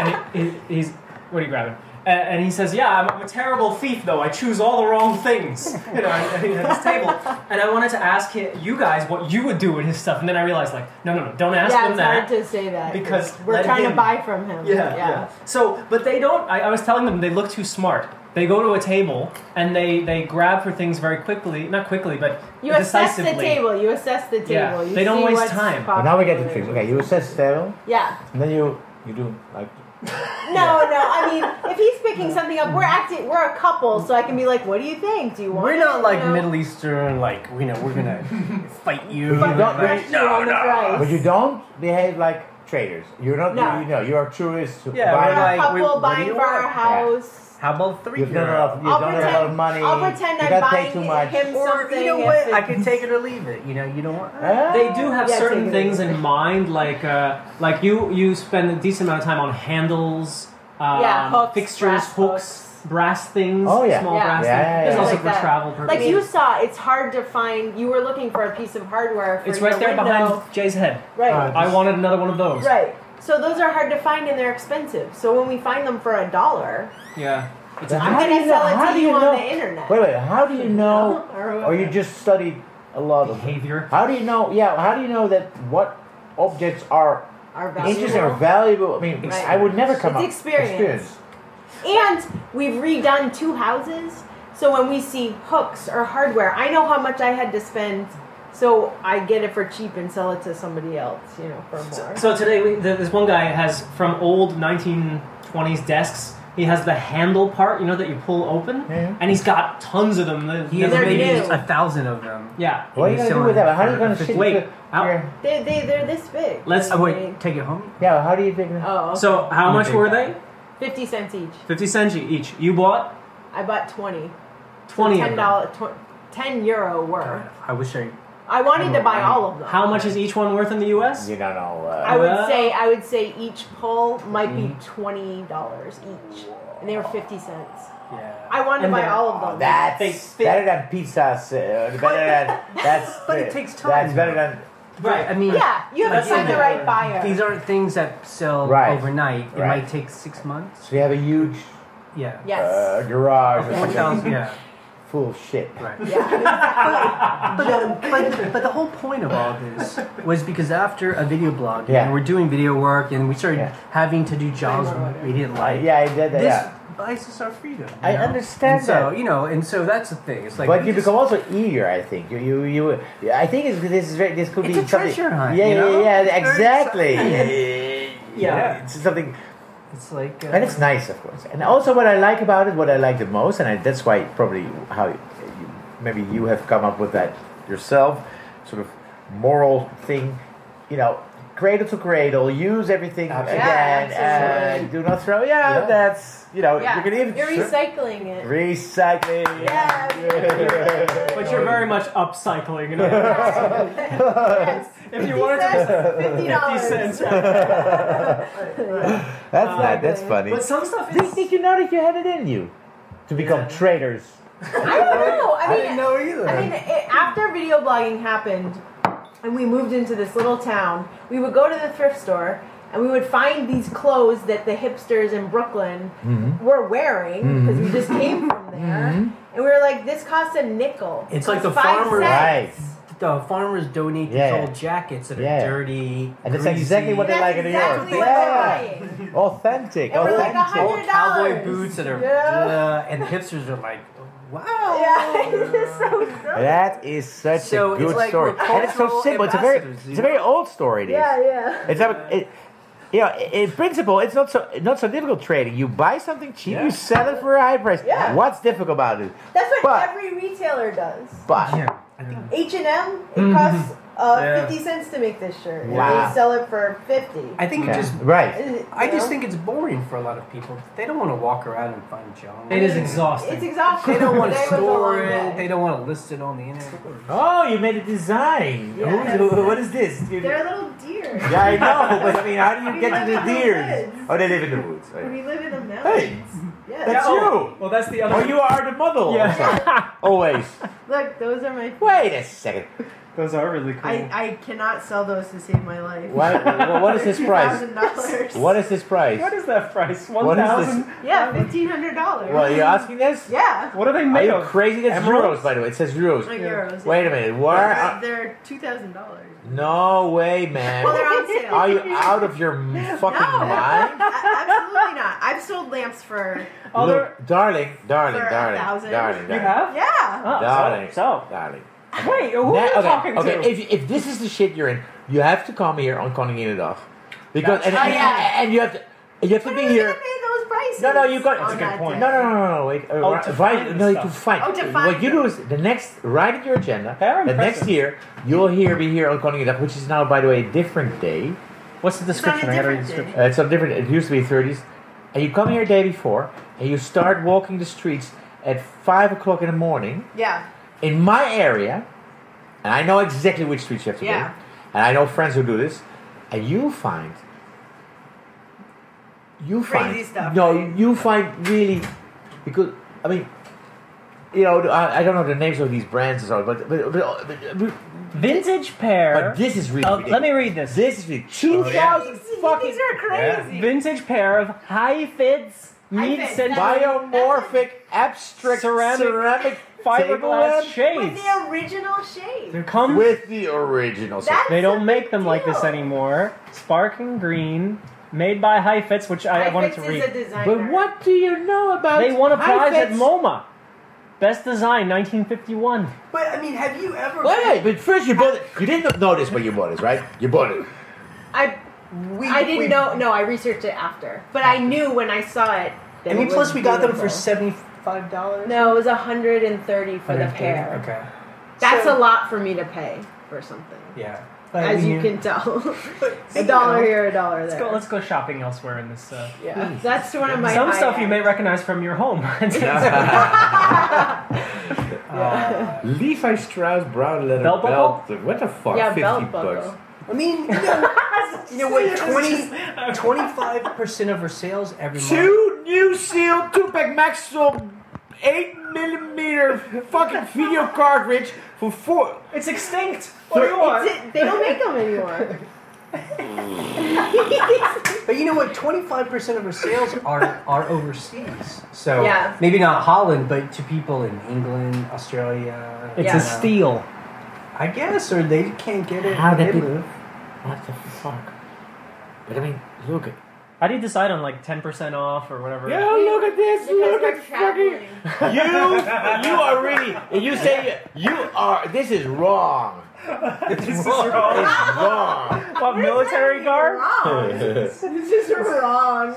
Speaker 1: and he, he, he's what are you grabbing? And, and he says, "Yeah, I'm, I'm a terrible thief, though. I choose all the wrong things, you know, at, at his table." And I wanted to ask hi you guys what you would do with his stuff, and then I realized, like, no, no, no, don't ask
Speaker 2: yeah,
Speaker 1: them
Speaker 2: it's
Speaker 1: that.
Speaker 2: hard to say that
Speaker 1: because
Speaker 2: we're
Speaker 1: let
Speaker 2: trying
Speaker 1: him-
Speaker 2: to buy from him.
Speaker 1: Yeah, yeah. So, but they don't. I, I was telling them they look too smart. They go to a table and they they grab for things very quickly. Not quickly, but
Speaker 2: You assess
Speaker 1: decisively.
Speaker 2: the table. You assess the table.
Speaker 1: Yeah,
Speaker 2: You
Speaker 1: they don't
Speaker 2: see
Speaker 1: waste
Speaker 2: what's
Speaker 1: time.
Speaker 10: Well,
Speaker 2: pop-
Speaker 10: now we get the things. Okay, you assess sterile,
Speaker 2: Yeah.
Speaker 10: and then you you do like.
Speaker 2: No, no. I mean, if he's picking something up, we're acting. We're a couple, so I can be like, "What do you think? Do you want?"
Speaker 3: We're
Speaker 2: it?"
Speaker 3: not like
Speaker 2: You know?
Speaker 3: Middle Eastern, like we know we're gonna fight you.
Speaker 10: But not
Speaker 3: like,
Speaker 10: Christian
Speaker 3: no,
Speaker 2: on the price.
Speaker 3: no.
Speaker 10: But you don't behave like traders. You're not.
Speaker 2: No.
Speaker 10: You know, you are tourists. who
Speaker 3: Yeah,
Speaker 10: buy-
Speaker 3: we're like,
Speaker 2: couple
Speaker 3: we- what do
Speaker 2: buying
Speaker 3: you
Speaker 2: for our
Speaker 3: want?
Speaker 2: house.
Speaker 3: How about three?
Speaker 10: You've done a
Speaker 3: euro?
Speaker 10: lot. Of, you've
Speaker 2: I'll
Speaker 10: done
Speaker 2: pretend,
Speaker 10: a lot of money.
Speaker 2: I'll pretend
Speaker 10: you
Speaker 2: I'm
Speaker 10: gotta
Speaker 2: buying
Speaker 10: take too much.
Speaker 2: him
Speaker 3: Or
Speaker 2: something.
Speaker 3: you know
Speaker 2: if
Speaker 3: what? I
Speaker 2: it-
Speaker 3: can take it or leave it. You know, you don't want.
Speaker 10: Ah.
Speaker 1: They do have
Speaker 2: Yeah,
Speaker 1: certain
Speaker 2: take it
Speaker 1: things
Speaker 2: easy.
Speaker 1: in mind, like uh, like you you spend a decent amount of time on handles, um,
Speaker 2: Yeah, hooks,
Speaker 1: fixtures, hooks,
Speaker 2: brass hooks.
Speaker 1: brass things,
Speaker 10: Oh, yeah.
Speaker 1: small
Speaker 2: Yeah.
Speaker 1: brass
Speaker 10: Yeah,
Speaker 1: things.
Speaker 10: yeah,
Speaker 1: There's
Speaker 10: yeah.
Speaker 1: also
Speaker 2: Like
Speaker 1: for
Speaker 2: that.
Speaker 1: travel purposes.
Speaker 2: Like you saw, it's hard to find. You were looking for a piece of hardware. For
Speaker 1: it's right
Speaker 2: your
Speaker 1: there
Speaker 2: window.
Speaker 1: behind Jay's head.
Speaker 2: Right.
Speaker 10: Uh,
Speaker 1: I wanted another one of those.
Speaker 2: right. So those are hard to find and they're expensive. So when we find them for a dollar,
Speaker 1: Yeah. It's
Speaker 10: But
Speaker 1: a-
Speaker 2: I'm
Speaker 10: how do
Speaker 2: gonna
Speaker 10: you know-
Speaker 2: sell it
Speaker 10: how
Speaker 2: to
Speaker 10: do
Speaker 2: you on
Speaker 10: know-
Speaker 2: the internet.
Speaker 10: Wait, wait. How do you know?
Speaker 2: Or
Speaker 10: Or you just studied a lot of
Speaker 1: behavior.
Speaker 10: How do you know? Yeah. How do you know that what objects are
Speaker 2: are
Speaker 10: interesting or
Speaker 2: valuable.
Speaker 10: valuable? I mean, I would never come
Speaker 2: It's
Speaker 10: up.
Speaker 2: experience. And we've redone two houses. So when we see hooks or hardware, I know how much I had to spend. So I get it for cheap and sell it to somebody else, you know, for more.
Speaker 1: So today, we, th- this one guy has from old 1920s desks. He has the handle part, you know, that you pull open,
Speaker 10: Yeah.
Speaker 1: and he's got tons of them. that-
Speaker 3: He
Speaker 1: that
Speaker 3: has
Speaker 2: They're
Speaker 3: maybe
Speaker 2: new.
Speaker 3: a thousand of them.
Speaker 1: Yeah.
Speaker 10: What are you
Speaker 3: He's
Speaker 10: gonna do
Speaker 3: selling
Speaker 10: with that? How are you
Speaker 3: for
Speaker 10: gonna
Speaker 3: fifty-
Speaker 10: shit?
Speaker 1: Wait,
Speaker 10: with
Speaker 1: out-
Speaker 10: your-
Speaker 2: they, they, they're this big.
Speaker 1: Let's-
Speaker 3: Oh,
Speaker 2: They-
Speaker 3: wait, take it home.
Speaker 10: Yeah. How do you think?
Speaker 2: Oh, okay.
Speaker 1: So how much were they?
Speaker 2: 50 cents each.
Speaker 1: Fifty cents each. You bought
Speaker 2: I bought 20.
Speaker 1: twenty. of
Speaker 2: $10,
Speaker 1: them.
Speaker 2: tw- 10 euro were.
Speaker 3: I wish I.
Speaker 2: I wanted to buy all of them.
Speaker 1: How much is each one worth in the U.S.?
Speaker 10: You don't know. Uh,
Speaker 2: I would
Speaker 1: Well-
Speaker 2: say I would say each pull might be twenty dollars each, and they were fifty cents.
Speaker 3: Yeah.
Speaker 2: I wanted to
Speaker 1: And
Speaker 2: buy
Speaker 1: they're-
Speaker 2: all of them.
Speaker 10: That's
Speaker 1: They fit.
Speaker 10: better than pizzas. Uh, better than that's.
Speaker 3: But it takes time.
Speaker 10: That's better than
Speaker 3: Right. I mean.
Speaker 2: yeah, you have to
Speaker 3: Like,
Speaker 2: find the
Speaker 3: yeah.
Speaker 2: right buyer.
Speaker 3: These aren't things that sell
Speaker 10: Right.
Speaker 3: overnight. It
Speaker 10: Right.
Speaker 3: might take six months.
Speaker 10: so you have a huge
Speaker 3: Yeah.
Speaker 2: yes.
Speaker 10: uh, garage or
Speaker 3: Four
Speaker 10: something
Speaker 3: thousand. Yeah.
Speaker 10: full of shit.
Speaker 3: Right.
Speaker 2: yeah.
Speaker 3: But, the, but, but the whole point of all this was because after a video blog,
Speaker 10: Yeah.
Speaker 3: and we're doing video work, and we started
Speaker 10: Yeah.
Speaker 3: having to do jobs we didn't
Speaker 10: Uh,
Speaker 3: like.
Speaker 10: yeah, I did that.
Speaker 3: This
Speaker 10: yeah.
Speaker 3: buys us our freedom. you
Speaker 10: I
Speaker 3: know?
Speaker 10: understand
Speaker 3: And so
Speaker 10: that.
Speaker 3: you know, and so that's the thing. It's like,
Speaker 10: but
Speaker 3: we
Speaker 10: you
Speaker 3: just-
Speaker 10: become also eager. I think you you you. yeah, I think it's, this is very, this could
Speaker 3: It's
Speaker 10: be
Speaker 3: a
Speaker 10: something.
Speaker 3: treasure hunt,
Speaker 10: yeah,
Speaker 3: you know?
Speaker 10: yeah,
Speaker 3: It's
Speaker 10: yeah,
Speaker 3: very
Speaker 10: exactly.
Speaker 3: Yeah.
Speaker 10: It's something,
Speaker 3: It's like, uh,
Speaker 10: and it's nice, of course. And also, what I like about it, what I like the most, and I, that's why probably how you, maybe you have come up with that yourself, sort of moral thing, you know. Cradle to cradle, use everything
Speaker 3: Absolutely.
Speaker 10: again,
Speaker 2: Yeah,
Speaker 10: and do not throw. Yeah,
Speaker 3: Yeah.
Speaker 10: that's you know
Speaker 2: yeah.
Speaker 10: you can even
Speaker 2: You're recycling it.
Speaker 10: recycling.
Speaker 2: Yeah.
Speaker 1: But you're very much upcycling. You know?
Speaker 2: Yes.
Speaker 1: if you wanted to,
Speaker 2: fifty
Speaker 1: fifty
Speaker 2: dollars.
Speaker 1: cents.
Speaker 10: That's not, that's funny.
Speaker 1: But some stuff
Speaker 10: Didn't
Speaker 1: is.
Speaker 10: think you know that you had it in you to become traders.
Speaker 2: I don't know. I mean,
Speaker 3: didn't know either.
Speaker 2: I mean, it, after video blogging happened, and we moved into this little town, we would go to the thrift store and we would find these clothes that the hipsters in Brooklyn
Speaker 3: Mm-hmm.
Speaker 2: were wearing because we just came from there, and we were like, "This costs a nickel."
Speaker 3: It's like the
Speaker 2: Five
Speaker 3: farmer-
Speaker 10: Right.
Speaker 2: cents.
Speaker 3: the farmers donate these
Speaker 10: Yeah.
Speaker 3: old jackets that are
Speaker 10: Yeah.
Speaker 3: dirty,
Speaker 10: And that's
Speaker 3: greasy,
Speaker 10: exactly what they
Speaker 2: That's
Speaker 10: like in New York.
Speaker 2: exactly what they're
Speaker 10: yeah.
Speaker 2: buying.
Speaker 10: Authentic.
Speaker 2: And we're like,
Speaker 10: authentic.
Speaker 2: "100
Speaker 3: old cowboy
Speaker 2: $100.
Speaker 3: boots that are,
Speaker 2: Yeah.
Speaker 3: blah, and the hipsters are like, wow.
Speaker 2: Yeah, it's so dumb.
Speaker 10: That is such
Speaker 3: So
Speaker 10: a
Speaker 3: it's
Speaker 10: good
Speaker 3: like
Speaker 10: story.
Speaker 3: we're
Speaker 10: And it's so
Speaker 3: cultural
Speaker 10: simple. It's a very
Speaker 3: ambassadors, you
Speaker 10: it's a very old story it is.
Speaker 2: Yeah, yeah.
Speaker 10: It's a, it, you know, i- in principle, it's not so not so difficult trading. You buy something cheap,
Speaker 3: Yeah.
Speaker 10: you sell it for a high price.
Speaker 2: Yeah.
Speaker 10: What's difficult about it?
Speaker 2: That's what
Speaker 10: But-
Speaker 2: every retailer does.
Speaker 10: But
Speaker 3: Yeah. I think
Speaker 2: H and M, it costs uh,
Speaker 3: Mm-hmm. Yeah.
Speaker 2: fifty cents to make this shirt. And
Speaker 10: Wow.
Speaker 2: they sell it for fifty.
Speaker 3: I think it
Speaker 10: Yeah.
Speaker 3: just.
Speaker 10: right.
Speaker 2: You
Speaker 3: I just
Speaker 2: know?
Speaker 3: think it's boring for a lot of people. They don't want to walk around and find junk.
Speaker 1: It is exhausting.
Speaker 2: It's exhausting.
Speaker 3: They don't want to
Speaker 2: Today was a long
Speaker 3: store
Speaker 2: day.
Speaker 3: it. They don't want to list it on the internet.
Speaker 10: Oh, you made a design.
Speaker 2: Yeah.
Speaker 10: Who- what is this? You-
Speaker 2: They're little deer.
Speaker 10: Yeah, I know, but I mean, how do you
Speaker 2: We
Speaker 10: get
Speaker 2: live
Speaker 10: to the
Speaker 2: in the
Speaker 10: deers?
Speaker 2: woods.
Speaker 10: Oh, they live in the woods. Oh, yeah.
Speaker 2: We live in the mountains. Yes.
Speaker 10: That's you.
Speaker 1: Oh, Well, that's the other.
Speaker 10: Oh, you are the model.
Speaker 1: Yeah.
Speaker 10: also. Always.
Speaker 2: Look, those are my.
Speaker 10: Wait a second.
Speaker 1: Those are really cool.
Speaker 2: I, I cannot sell those to save my life.
Speaker 10: Why- well, what is this price?
Speaker 2: $2,000.
Speaker 10: What is this price?
Speaker 1: What is that price? One
Speaker 10: What is this?
Speaker 1: thousand.
Speaker 2: Yeah, fifteen hundred dollars.
Speaker 10: Well, you're asking this?
Speaker 2: Yeah.
Speaker 1: What are they
Speaker 10: Are
Speaker 1: made
Speaker 10: you
Speaker 1: of?
Speaker 10: crazy? That's
Speaker 1: Emeralds?
Speaker 10: euros, by the way. It says euros.
Speaker 2: Like euros.
Speaker 10: Wait a minute. Where?
Speaker 2: They're- They're two thousand dollars.
Speaker 10: no way, man.
Speaker 2: Well, they're on sale.
Speaker 10: Are you out of your m- fucking
Speaker 2: Oh,
Speaker 10: mind?
Speaker 2: A- Absolutely not. I've sold lamps for
Speaker 1: Oh,
Speaker 10: Look, darling, darling,
Speaker 2: for
Speaker 10: darling,
Speaker 2: a thousand.
Speaker 10: darling, darling,
Speaker 2: Yeah.
Speaker 1: Oh, so-
Speaker 10: darling,
Speaker 1: so.
Speaker 10: darling.
Speaker 1: Wait, who
Speaker 10: Ne-
Speaker 1: are you
Speaker 10: okay,
Speaker 1: talking
Speaker 10: okay.
Speaker 1: to?
Speaker 10: If, if this is the shit you're in, you have to come here on Koningin it off because and,
Speaker 2: Oh,
Speaker 10: and,
Speaker 2: yeah.
Speaker 10: and you have to you have to
Speaker 2: But
Speaker 10: be
Speaker 2: I was
Speaker 10: here.
Speaker 2: gonna pay those prices.
Speaker 10: No, no, you got.
Speaker 2: on that day.
Speaker 10: No, no, no, no, no. Wait. Uh,
Speaker 1: Oh,
Speaker 10: ri-
Speaker 1: to
Speaker 10: write-
Speaker 1: find
Speaker 10: no,
Speaker 1: stuff.
Speaker 10: to find.
Speaker 2: Oh, to
Speaker 10: What
Speaker 2: find
Speaker 10: you
Speaker 2: them.
Speaker 10: do is the next. Write in your agenda.
Speaker 1: Very
Speaker 10: The next
Speaker 1: impressive.
Speaker 10: year, you'll here be here on Koningindag, which is now, by the way, a different day.
Speaker 1: What's the description? I gotta read the
Speaker 2: different
Speaker 1: description.
Speaker 10: Uh, it's a different. It used to be 30s, and you come here a day before, and you start walking the streets at five o'clock in the morning
Speaker 2: Yeah.
Speaker 10: in my area, and I know exactly which streets you have to
Speaker 2: Yeah.
Speaker 10: go, and I know friends who do this, and you find you
Speaker 2: Crazy
Speaker 10: find
Speaker 2: stuff,
Speaker 10: no,
Speaker 2: right?
Speaker 10: you find really because I mean, you know, I, I don't know the names of these brands and so on, but but, but, but, but,
Speaker 1: Vintage pair.
Speaker 10: but this is really
Speaker 1: of-
Speaker 10: ridiculous.
Speaker 1: Oh, let me read this. Oh,
Speaker 10: This is two thousand
Speaker 2: These,
Speaker 10: Oh, fucking
Speaker 2: these are crazy.
Speaker 1: Vintage pair of high fits mid
Speaker 2: fits,
Speaker 1: century
Speaker 2: that's-
Speaker 10: biomorphic abstract ceramic,
Speaker 1: Ceramic-
Speaker 10: tabletop
Speaker 1: fiberglass
Speaker 2: With
Speaker 1: shades.
Speaker 2: the original shape.
Speaker 1: Come
Speaker 10: with the original.
Speaker 2: That's
Speaker 1: They
Speaker 2: a
Speaker 1: don't make them
Speaker 2: big
Speaker 1: like this
Speaker 2: deal.
Speaker 1: anymore. Sparkling green, made by Heifetz, which I, wanted
Speaker 2: Heifetz
Speaker 1: to
Speaker 2: is a
Speaker 1: read.
Speaker 2: designer.
Speaker 10: But what do you know about?
Speaker 1: They won a prize at
Speaker 10: Heifetz?
Speaker 1: MoMA. Best design, 1951.
Speaker 3: But I mean, have you ever?
Speaker 10: Wait, but first you bought it. You didn't know this when you bought it, right? You bought it.
Speaker 2: I
Speaker 3: We,
Speaker 2: I didn't
Speaker 3: we-
Speaker 2: know. No, I researched it after, but I knew when I saw it. that
Speaker 3: I
Speaker 2: it
Speaker 3: mean, plus
Speaker 2: was
Speaker 3: we got them
Speaker 2: beautiful.
Speaker 3: for seventy-five dollars.
Speaker 2: No, it was 130 for the pair.
Speaker 3: Okay.
Speaker 2: That's a
Speaker 3: So-
Speaker 2: lot for me to pay for something.
Speaker 1: Yeah.
Speaker 3: Like,
Speaker 2: As
Speaker 3: we
Speaker 2: you
Speaker 3: knew-
Speaker 2: can tell,
Speaker 3: But,
Speaker 2: a
Speaker 3: you
Speaker 2: dollar
Speaker 3: know,
Speaker 2: here, a dollar
Speaker 1: Let's
Speaker 2: there.
Speaker 1: go, let's go shopping elsewhere in this. Uh,
Speaker 2: yeah, that's one of my
Speaker 1: some
Speaker 2: high
Speaker 1: stuff you
Speaker 2: end.
Speaker 1: may recognize from your home. Uh,
Speaker 10: Levi Strauss brown leather
Speaker 1: Belt buckle?
Speaker 10: belt. What the fuck?
Speaker 2: Yeah,
Speaker 10: Fifty
Speaker 2: belt
Speaker 10: bucks.
Speaker 2: buckle.
Speaker 3: I mean, you know, you know what? 25 percent of her sales every month.
Speaker 10: Two new seal two pack Maxwell eight millimeter fucking video cartridge for four.
Speaker 1: it's extinct. What do you want?
Speaker 2: It's- They don't make them anymore.
Speaker 3: But you know what? 25 percent of her sales are are overseas. So
Speaker 2: Yeah.
Speaker 3: maybe not Holland, but to people in England, Australia.
Speaker 1: It's
Speaker 2: Yeah.
Speaker 1: a steal.
Speaker 3: I guess, or they can't get it.
Speaker 10: How
Speaker 3: where
Speaker 10: did
Speaker 3: they
Speaker 10: it-
Speaker 3: live.
Speaker 10: What the fuck? But I mean, look at.
Speaker 1: How do you decide on like 10% off or whatever?
Speaker 10: Yeah, look at this.
Speaker 2: Because
Speaker 10: Look
Speaker 2: they're
Speaker 10: at fucking.
Speaker 2: traveling.
Speaker 10: You, you are really. You say you are. This is wrong.
Speaker 1: this is wrong.
Speaker 10: It's wrong.
Speaker 1: What, military guard?
Speaker 2: Wrong.
Speaker 10: well,
Speaker 2: This is wrong.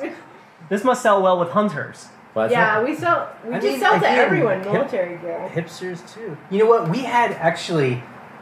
Speaker 1: This must sell well with hunters.
Speaker 2: Yeah, we sell. We
Speaker 3: I
Speaker 2: just
Speaker 3: mean,
Speaker 2: sell to
Speaker 3: again,
Speaker 2: everyone.
Speaker 3: hip-
Speaker 2: Military gear.
Speaker 3: Hipsters too. You know what? We had actually,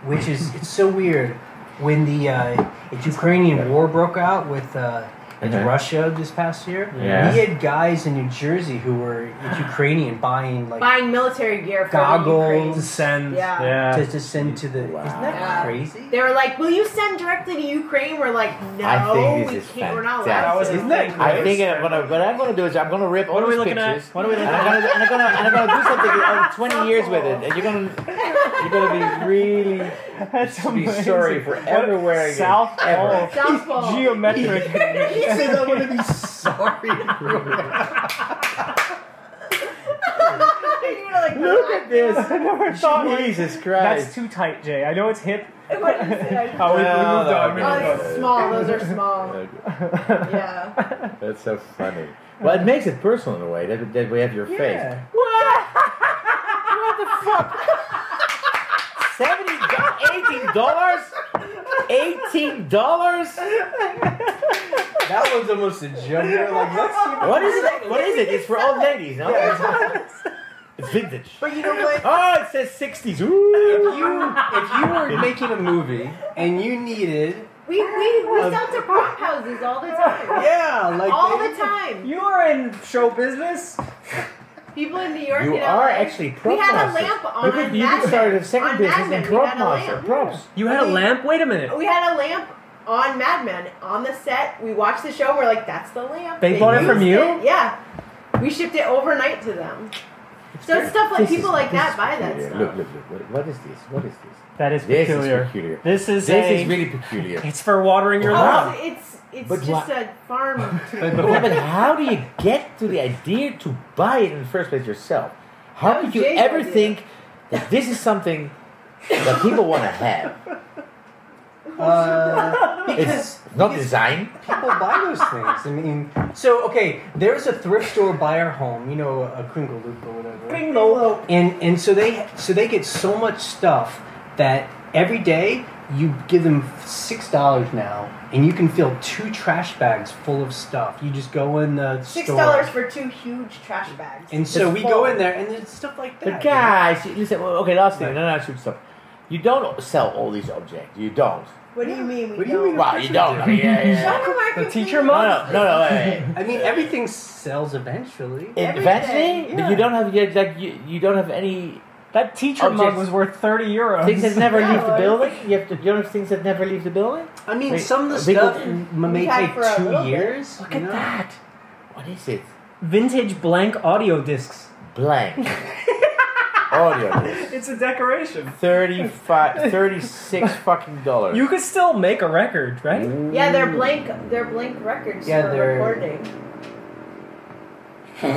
Speaker 3: which is it's so weird, when the uh, Ukrainian war broke out with. Uh, with
Speaker 10: Okay.
Speaker 3: Russia this past year,
Speaker 10: Yeah.
Speaker 3: we had guys in New Jersey who were Ukrainian buying like
Speaker 2: Buying military gear for
Speaker 3: Goggles.
Speaker 2: The
Speaker 1: Send.
Speaker 2: Yeah.
Speaker 3: to, to send to the. Isn't that
Speaker 2: Yeah.
Speaker 3: crazy?
Speaker 2: Ukraine. They were like, "Will you send directly to Ukraine?" We're like, "No,
Speaker 10: I think this
Speaker 2: we
Speaker 10: is
Speaker 2: can't. We're not
Speaker 10: fantastic.
Speaker 2: allowed."
Speaker 10: That was
Speaker 2: to."
Speaker 1: Isn't that
Speaker 10: I
Speaker 1: great?
Speaker 10: think I'm gonna, what I'm gonna do is I'm gonna rip all
Speaker 1: What are we
Speaker 10: these
Speaker 1: looking at?
Speaker 10: pictures.
Speaker 1: What are we looking
Speaker 10: And
Speaker 1: at?
Speaker 10: I'm gonna, and I'm gonna, and I'm gonna do something in 20 years with it, and you're gonna, you're gonna be really
Speaker 1: That's
Speaker 10: be sorry for ever wearing it.
Speaker 1: South
Speaker 10: Ever.
Speaker 1: Pole.
Speaker 2: South Pole.
Speaker 1: Oh, Geometric.
Speaker 3: He said I'm gonna be sorry.
Speaker 2: You were like,
Speaker 10: Look at this.
Speaker 1: Never thought we-
Speaker 10: Jesus
Speaker 1: That's
Speaker 10: Christ.
Speaker 1: too tight, Jay. I know it's hip.
Speaker 2: What is it?
Speaker 1: Oh, we, we
Speaker 10: Well,
Speaker 1: moved on.
Speaker 10: no,
Speaker 1: We
Speaker 10: no,
Speaker 2: Oh,
Speaker 1: moved on.
Speaker 10: no.
Speaker 2: this is small. Those are small. Yeah.
Speaker 10: That's so funny. Well, it makes it personal in a way that, that we have your face.
Speaker 1: Yeah.
Speaker 10: Seventy, eighteen dollars, eighteen dollars.
Speaker 3: that was almost a joke. We were like, let's see.
Speaker 10: What is it? What is it? It's for old ladies, no? It's vintage.
Speaker 3: But you know what?
Speaker 10: Oh, it says sixties. Ooh.
Speaker 3: If you if you were making a movie and you needed
Speaker 2: We we we sell to prop houses all the time.
Speaker 3: yeah like
Speaker 2: All
Speaker 3: they-
Speaker 2: the time.
Speaker 1: You are in show business.
Speaker 2: People in New York.
Speaker 10: You
Speaker 2: and
Speaker 10: are
Speaker 2: LA.
Speaker 10: actually prop
Speaker 2: We had a
Speaker 10: masters.
Speaker 2: lamp on.
Speaker 10: You could, you
Speaker 2: Mad
Speaker 10: could start
Speaker 2: Men.
Speaker 10: a second
Speaker 2: On
Speaker 10: business
Speaker 2: Mad Men, we
Speaker 10: in prop
Speaker 2: had a
Speaker 10: master
Speaker 2: lamp.
Speaker 10: props.
Speaker 1: You had a lamp? Wait a minute.
Speaker 2: We had a lamp on Mad Men on the set. We watched the show. We're like, that's the lamp.
Speaker 1: They bought it from
Speaker 2: used
Speaker 1: you?
Speaker 2: Yeah. We shipped it overnight to them.
Speaker 10: It's
Speaker 2: So stuff like
Speaker 10: This is-
Speaker 2: people like
Speaker 10: this
Speaker 2: that
Speaker 10: is
Speaker 2: buy that
Speaker 10: peculiar.
Speaker 2: stuff.
Speaker 10: Look, look, look. What, what is this? What is this?
Speaker 1: That
Speaker 3: uh,
Speaker 1: is
Speaker 10: this
Speaker 1: peculiar.
Speaker 10: Is peculiar.
Speaker 1: This is
Speaker 10: this
Speaker 1: a-
Speaker 10: is really peculiar.
Speaker 1: It's for watering your
Speaker 2: Oh,
Speaker 1: lawn.
Speaker 2: it's it's
Speaker 10: But
Speaker 2: just
Speaker 10: why-
Speaker 2: a farm.
Speaker 10: But, but, but how do you get to the idea to buy it in the first place yourself? How could you
Speaker 2: Jay's
Speaker 10: ever
Speaker 2: idea.
Speaker 10: think that this is something that people want to have?
Speaker 3: Uh, because
Speaker 10: It's not design.
Speaker 3: people buy those things. I mean, so okay, there's a thrift store by our home. You know, a Kringle Loop or whatever.
Speaker 1: Kringle Loop.
Speaker 3: And and so they so they get so much stuff that every day you give them six dollars now, and you can fill two trash bags full of stuff. You just go in the
Speaker 2: Six
Speaker 3: store.
Speaker 2: dollars for two huge trash bags.
Speaker 3: And so
Speaker 2: It's
Speaker 3: we
Speaker 2: full.
Speaker 3: go in there, and there's stuff like that.
Speaker 10: But guys, you- listen. well, Okay, last thing. No, no, I should stop. You don't sell all these objects. You don't.
Speaker 2: What do you mean? We
Speaker 3: What do you
Speaker 2: don't?
Speaker 3: mean?
Speaker 10: Well, you don't. I mean, yeah, yeah,
Speaker 2: Show
Speaker 10: yeah.
Speaker 2: them our
Speaker 1: The
Speaker 2: computer.
Speaker 1: teacher
Speaker 10: No,
Speaker 1: mug.
Speaker 10: no, no, no. Wait, wait.
Speaker 3: I mean, everything sells eventually.
Speaker 2: Everything,
Speaker 10: Eventually,
Speaker 2: yeah.
Speaker 10: but you don't have yet. Like you, you don't have any
Speaker 1: That teacher mug
Speaker 10: Objects.
Speaker 1: was worth 30 euros.
Speaker 10: things that never
Speaker 2: Yeah,
Speaker 10: leave the
Speaker 2: well,
Speaker 10: building. You have to. You don't have things that never leave the building.
Speaker 3: I mean,
Speaker 10: Wait,
Speaker 3: some of the
Speaker 10: we go-
Speaker 3: stuff m-
Speaker 2: we
Speaker 3: may
Speaker 2: had
Speaker 3: take
Speaker 2: for a little
Speaker 3: two
Speaker 2: bit.
Speaker 3: years.
Speaker 10: Look
Speaker 3: you
Speaker 10: at
Speaker 3: know?
Speaker 10: that. What is it?
Speaker 1: Vintage blank audio discs.
Speaker 10: Blank. Audio.
Speaker 1: It's a decoration.
Speaker 10: 35, 36 fucking dollars.
Speaker 1: You could still make a record, right?
Speaker 2: Yeah, they're blank. They're blank records
Speaker 3: Yeah,
Speaker 2: for
Speaker 3: they're-
Speaker 2: recording.
Speaker 1: now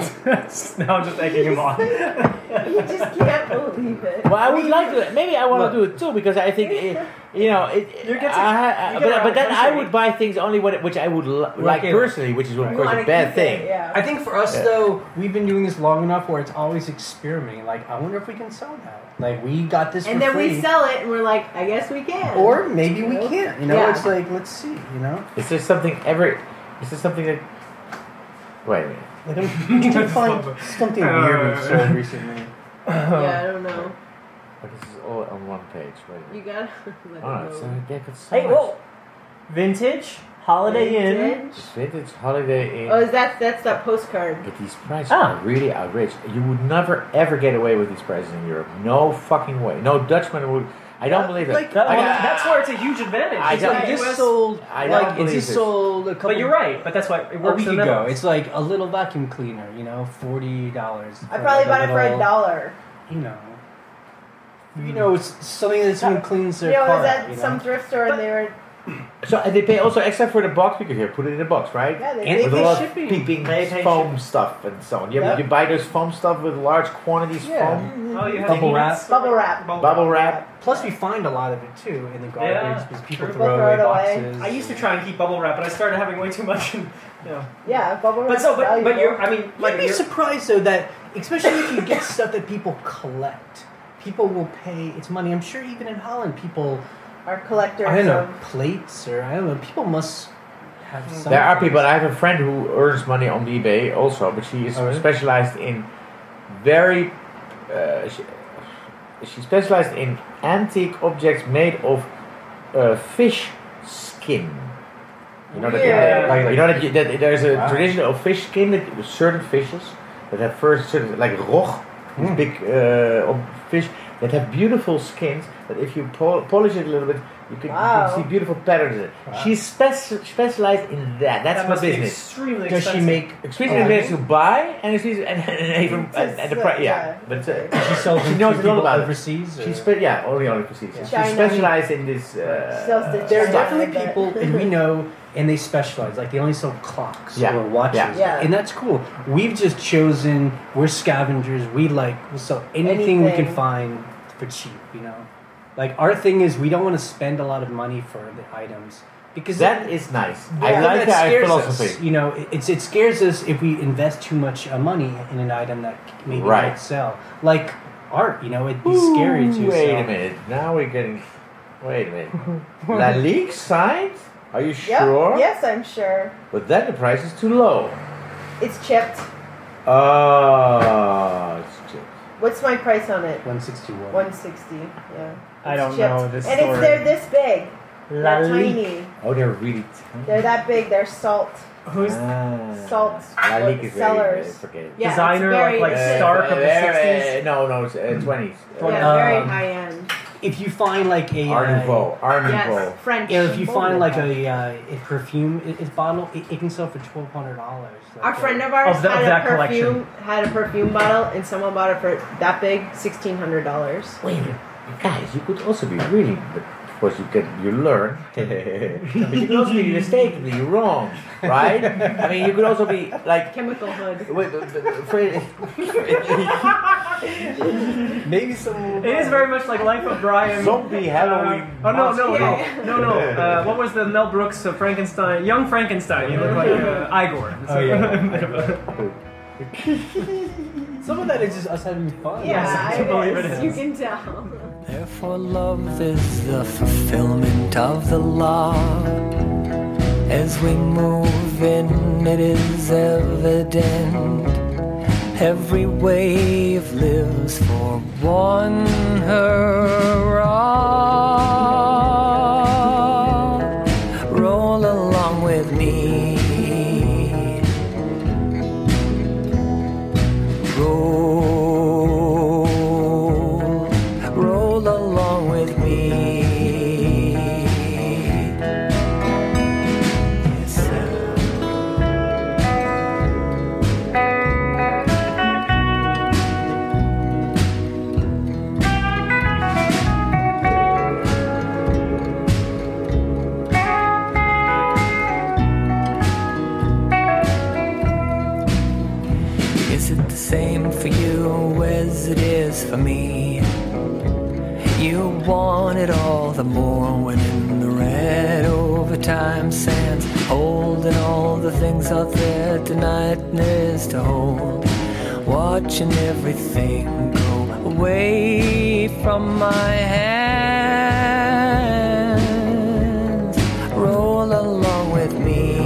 Speaker 1: I'm just egging him on.
Speaker 2: You just can't believe it.
Speaker 10: Well, I would like to. Maybe I want to do it too because I think it, you know. It,
Speaker 1: You get to-
Speaker 10: I ha-
Speaker 1: you get
Speaker 10: but,
Speaker 1: around
Speaker 10: but then
Speaker 1: the
Speaker 10: I
Speaker 1: country.
Speaker 10: would buy things only what, which I would li- like
Speaker 3: it.
Speaker 10: personally, which is of
Speaker 3: Right.
Speaker 10: course
Speaker 2: Wanna
Speaker 10: a bad
Speaker 2: keep it,
Speaker 10: thing.
Speaker 2: yeah.
Speaker 3: I think for us
Speaker 10: Yeah.
Speaker 3: though, we've been doing this long enough where it's always experimenting. Like, I wonder if we can sell that. Like, we got this
Speaker 2: and
Speaker 3: for
Speaker 2: then
Speaker 3: free,
Speaker 2: we sell it, and we're like, I guess we can.
Speaker 3: or maybe we can't. You know,
Speaker 2: Yeah.
Speaker 3: it's like let's see. You know,
Speaker 10: Is there something ever? Is there something that? Wait a minute.
Speaker 3: like I'm trying to find something weird we've sold recently.
Speaker 2: yeah, I don't know.
Speaker 10: But this is all on one page. Wait a
Speaker 2: You
Speaker 10: minute.
Speaker 2: gotta let
Speaker 10: All
Speaker 3: Ah,
Speaker 10: right,
Speaker 2: it
Speaker 10: so
Speaker 2: go.
Speaker 10: they got so
Speaker 1: Hey,
Speaker 10: much.
Speaker 1: whoa! Vintage, Holiday Inn.
Speaker 2: Vintage?
Speaker 10: It's vintage holiday inn.
Speaker 2: Oh, is that that's that postcard?
Speaker 10: But these prices
Speaker 1: Ah.
Speaker 10: are really outrageous. You would never ever get away with these prices in Europe. No fucking way. No Dutchman would. I don't believe it.
Speaker 3: like,
Speaker 1: That
Speaker 10: I
Speaker 1: one-
Speaker 10: got-
Speaker 1: that's where it's a huge advantage.
Speaker 10: I
Speaker 1: It's
Speaker 10: don't-
Speaker 1: like
Speaker 3: It
Speaker 1: US
Speaker 3: just sold
Speaker 10: I don't
Speaker 3: like it
Speaker 10: believe
Speaker 3: just
Speaker 10: this.
Speaker 3: sold a couple.
Speaker 1: But you're right. But that's why it
Speaker 3: A
Speaker 1: works
Speaker 3: week
Speaker 1: in the
Speaker 3: ago,
Speaker 1: Netherlands.
Speaker 3: it's like a little vacuum cleaner. You know, forty dollars.
Speaker 2: I probably bought it for a dollar.
Speaker 3: You know, you know, it's something that someone cleans
Speaker 2: You
Speaker 3: their
Speaker 2: know, I
Speaker 3: car.
Speaker 2: was at
Speaker 3: out, you know?
Speaker 2: some thrift store and they were
Speaker 10: So and they pay also extra for the box because here, put it in a box, right?
Speaker 2: yeah, they,
Speaker 3: And
Speaker 2: they
Speaker 10: with a
Speaker 3: pay
Speaker 10: lot of
Speaker 3: shipping.
Speaker 10: peeping
Speaker 1: They pay
Speaker 10: foam
Speaker 1: shipping.
Speaker 10: stuff and so on. Yeah,
Speaker 3: Yeah.
Speaker 10: but you buy those foam stuff with large quantities
Speaker 3: Yeah.
Speaker 10: foam,
Speaker 1: oh, you have
Speaker 3: Bubble
Speaker 1: peanuts?
Speaker 2: bubble wrap.
Speaker 10: bubble wrap.
Speaker 3: Plus, we find a lot of it too in the garbage
Speaker 1: Yeah,
Speaker 3: because people
Speaker 1: true.
Speaker 3: throw,
Speaker 2: People
Speaker 3: away
Speaker 2: throw it away.
Speaker 3: boxes.
Speaker 1: I used to try and keep bubble wrap, but I started having way too much. And, you know.
Speaker 2: Yeah, bubble wrap.
Speaker 1: But so, but, but you're. I mean,
Speaker 3: You'd
Speaker 1: like
Speaker 3: be
Speaker 1: you're-
Speaker 3: surprised though that, especially if you get stuff that people collect, people will pay its money. I'm sure even in Holland, people
Speaker 2: our collector.
Speaker 3: I don't know plates or I don't know. People must
Speaker 1: Mm.
Speaker 3: have. Some
Speaker 10: There are people. I have a friend who earns money on eBay also, but she is
Speaker 3: Oh, really?
Speaker 10: specialized in very. Uh, she, she specialized in antique objects made of uh, fish skin. You know that,
Speaker 2: Yeah.
Speaker 10: like, you know that, you, that there's a
Speaker 3: Wow.
Speaker 10: tradition of fish skin that certain fishes that have first certain like roch,
Speaker 3: Hmm.
Speaker 10: this big uh, ob- fish that have beautiful skins that if you pol- polish it a little bit, you can, you
Speaker 2: Wow.
Speaker 10: can see beautiful patterns. in it. She's spec- specialized in that. That's
Speaker 1: that
Speaker 10: my
Speaker 1: must be
Speaker 10: business.
Speaker 1: extremely
Speaker 3: Does she
Speaker 1: expensive.
Speaker 3: make?
Speaker 10: Excuse me, minutes to buy and excuse and, and even and, and the price.
Speaker 2: Yeah.
Speaker 10: Yeah, but uh,
Speaker 3: She sells
Speaker 10: She
Speaker 3: them
Speaker 10: knows
Speaker 3: to
Speaker 10: a lot
Speaker 3: people
Speaker 10: about it.
Speaker 3: overseas. Or?
Speaker 10: she spe- yeah only on overseas. She
Speaker 2: China.
Speaker 10: specialized in this.
Speaker 2: She sells the
Speaker 10: Uh,
Speaker 3: there are
Speaker 2: Yeah,
Speaker 3: definitely
Speaker 2: I bet.
Speaker 3: people and we know, and they specialize. Like they only sell clocks
Speaker 10: Yeah.
Speaker 3: or watches,
Speaker 10: Yeah.
Speaker 2: Yeah.
Speaker 3: and that's cool. We've just chosen. We're scavengers. We like we'll sell anything, we can
Speaker 2: Anything.
Speaker 3: find for cheap. You know, like our thing is we don't want to spend a lot of money for the items because
Speaker 10: that is nice. I
Speaker 3: and
Speaker 10: like
Speaker 3: that
Speaker 10: that
Speaker 3: scares
Speaker 10: philosophy.
Speaker 3: Us. You know, it, it's, it scares us if we invest too much uh, money in an item that c- maybe
Speaker 10: Right.
Speaker 3: won't sell. Like art, you know, it'd be scary to
Speaker 10: Ooh, Wait
Speaker 3: sell.
Speaker 10: a minute. Now we're getting. Wait a minute. La Ligue signed? Are you
Speaker 2: Yep.
Speaker 10: sure?
Speaker 2: Yes, I'm sure.
Speaker 10: But then the price is too low.
Speaker 2: It's chipped.
Speaker 10: Oh, it's just.
Speaker 2: What's my price on it?
Speaker 3: 161.
Speaker 2: 160. Yeah.
Speaker 1: I
Speaker 2: It's
Speaker 1: don't
Speaker 2: chipped.
Speaker 1: know this
Speaker 2: And
Speaker 1: story.
Speaker 2: it's they're this big.
Speaker 1: La
Speaker 2: they're
Speaker 1: Ligue.
Speaker 2: tiny.
Speaker 10: Oh, they're really
Speaker 2: They're
Speaker 10: tiny.
Speaker 2: that big. They're salt.
Speaker 1: Who's
Speaker 10: Ah.
Speaker 2: salt
Speaker 10: La Ligue is very.
Speaker 2: sellers.
Speaker 10: Forget it.
Speaker 2: Yeah, it's
Speaker 1: Designer,
Speaker 2: very,
Speaker 1: like-
Speaker 10: Uh,
Speaker 1: Stark of the
Speaker 10: uh, uh,
Speaker 1: 60s?
Speaker 10: No, no, it's, uh, 20s.
Speaker 2: yeah,
Speaker 10: Uh,
Speaker 2: very
Speaker 1: Um,
Speaker 2: high end.
Speaker 3: if you find like a uh,
Speaker 10: Art Nouveau, Art
Speaker 3: Arnouveau,
Speaker 10: Yes, Nouveau. French.
Speaker 3: Or if you find like a, uh, a perfume, it, it's bottle, it, it can sell for twelve hundred dollars. uh,
Speaker 2: Our friend of ours had a perfume had a perfume bottle, and someone bought it for that big, sixteen hundred dollars.
Speaker 10: Wait, guys, you could also be really. But of course, you can you learn, but you could also be mistakenly wrong, right? I mean, you could also be like
Speaker 2: chemical hood.
Speaker 10: Wait, but- but- Fred-
Speaker 3: Maybe some.
Speaker 1: It is very much like Life of Brian.
Speaker 10: Zombie Halloween
Speaker 1: Uh, oh no no
Speaker 10: monster.
Speaker 1: no no no! Uh, what was the Mel Brooks uh, Frankenstein? Young Frankenstein. You look like uh, Igor.
Speaker 3: Oh,
Speaker 1: yeah.
Speaker 3: Some of that is just us having fun.
Speaker 1: Yeah, I believe it
Speaker 2: You can tell.
Speaker 9: Therefore, love is the fulfillment of the law. As we move in, it is evident. Every wave lives for one hurrah. Roll along with me. Roll, roll along with me. Yes, sir. Is it the same for you as it is for me? You want it all the more when in the red overtime sands, holding all the things out there tonight is to hold. Watching everything go away from my hands. Roll along with me.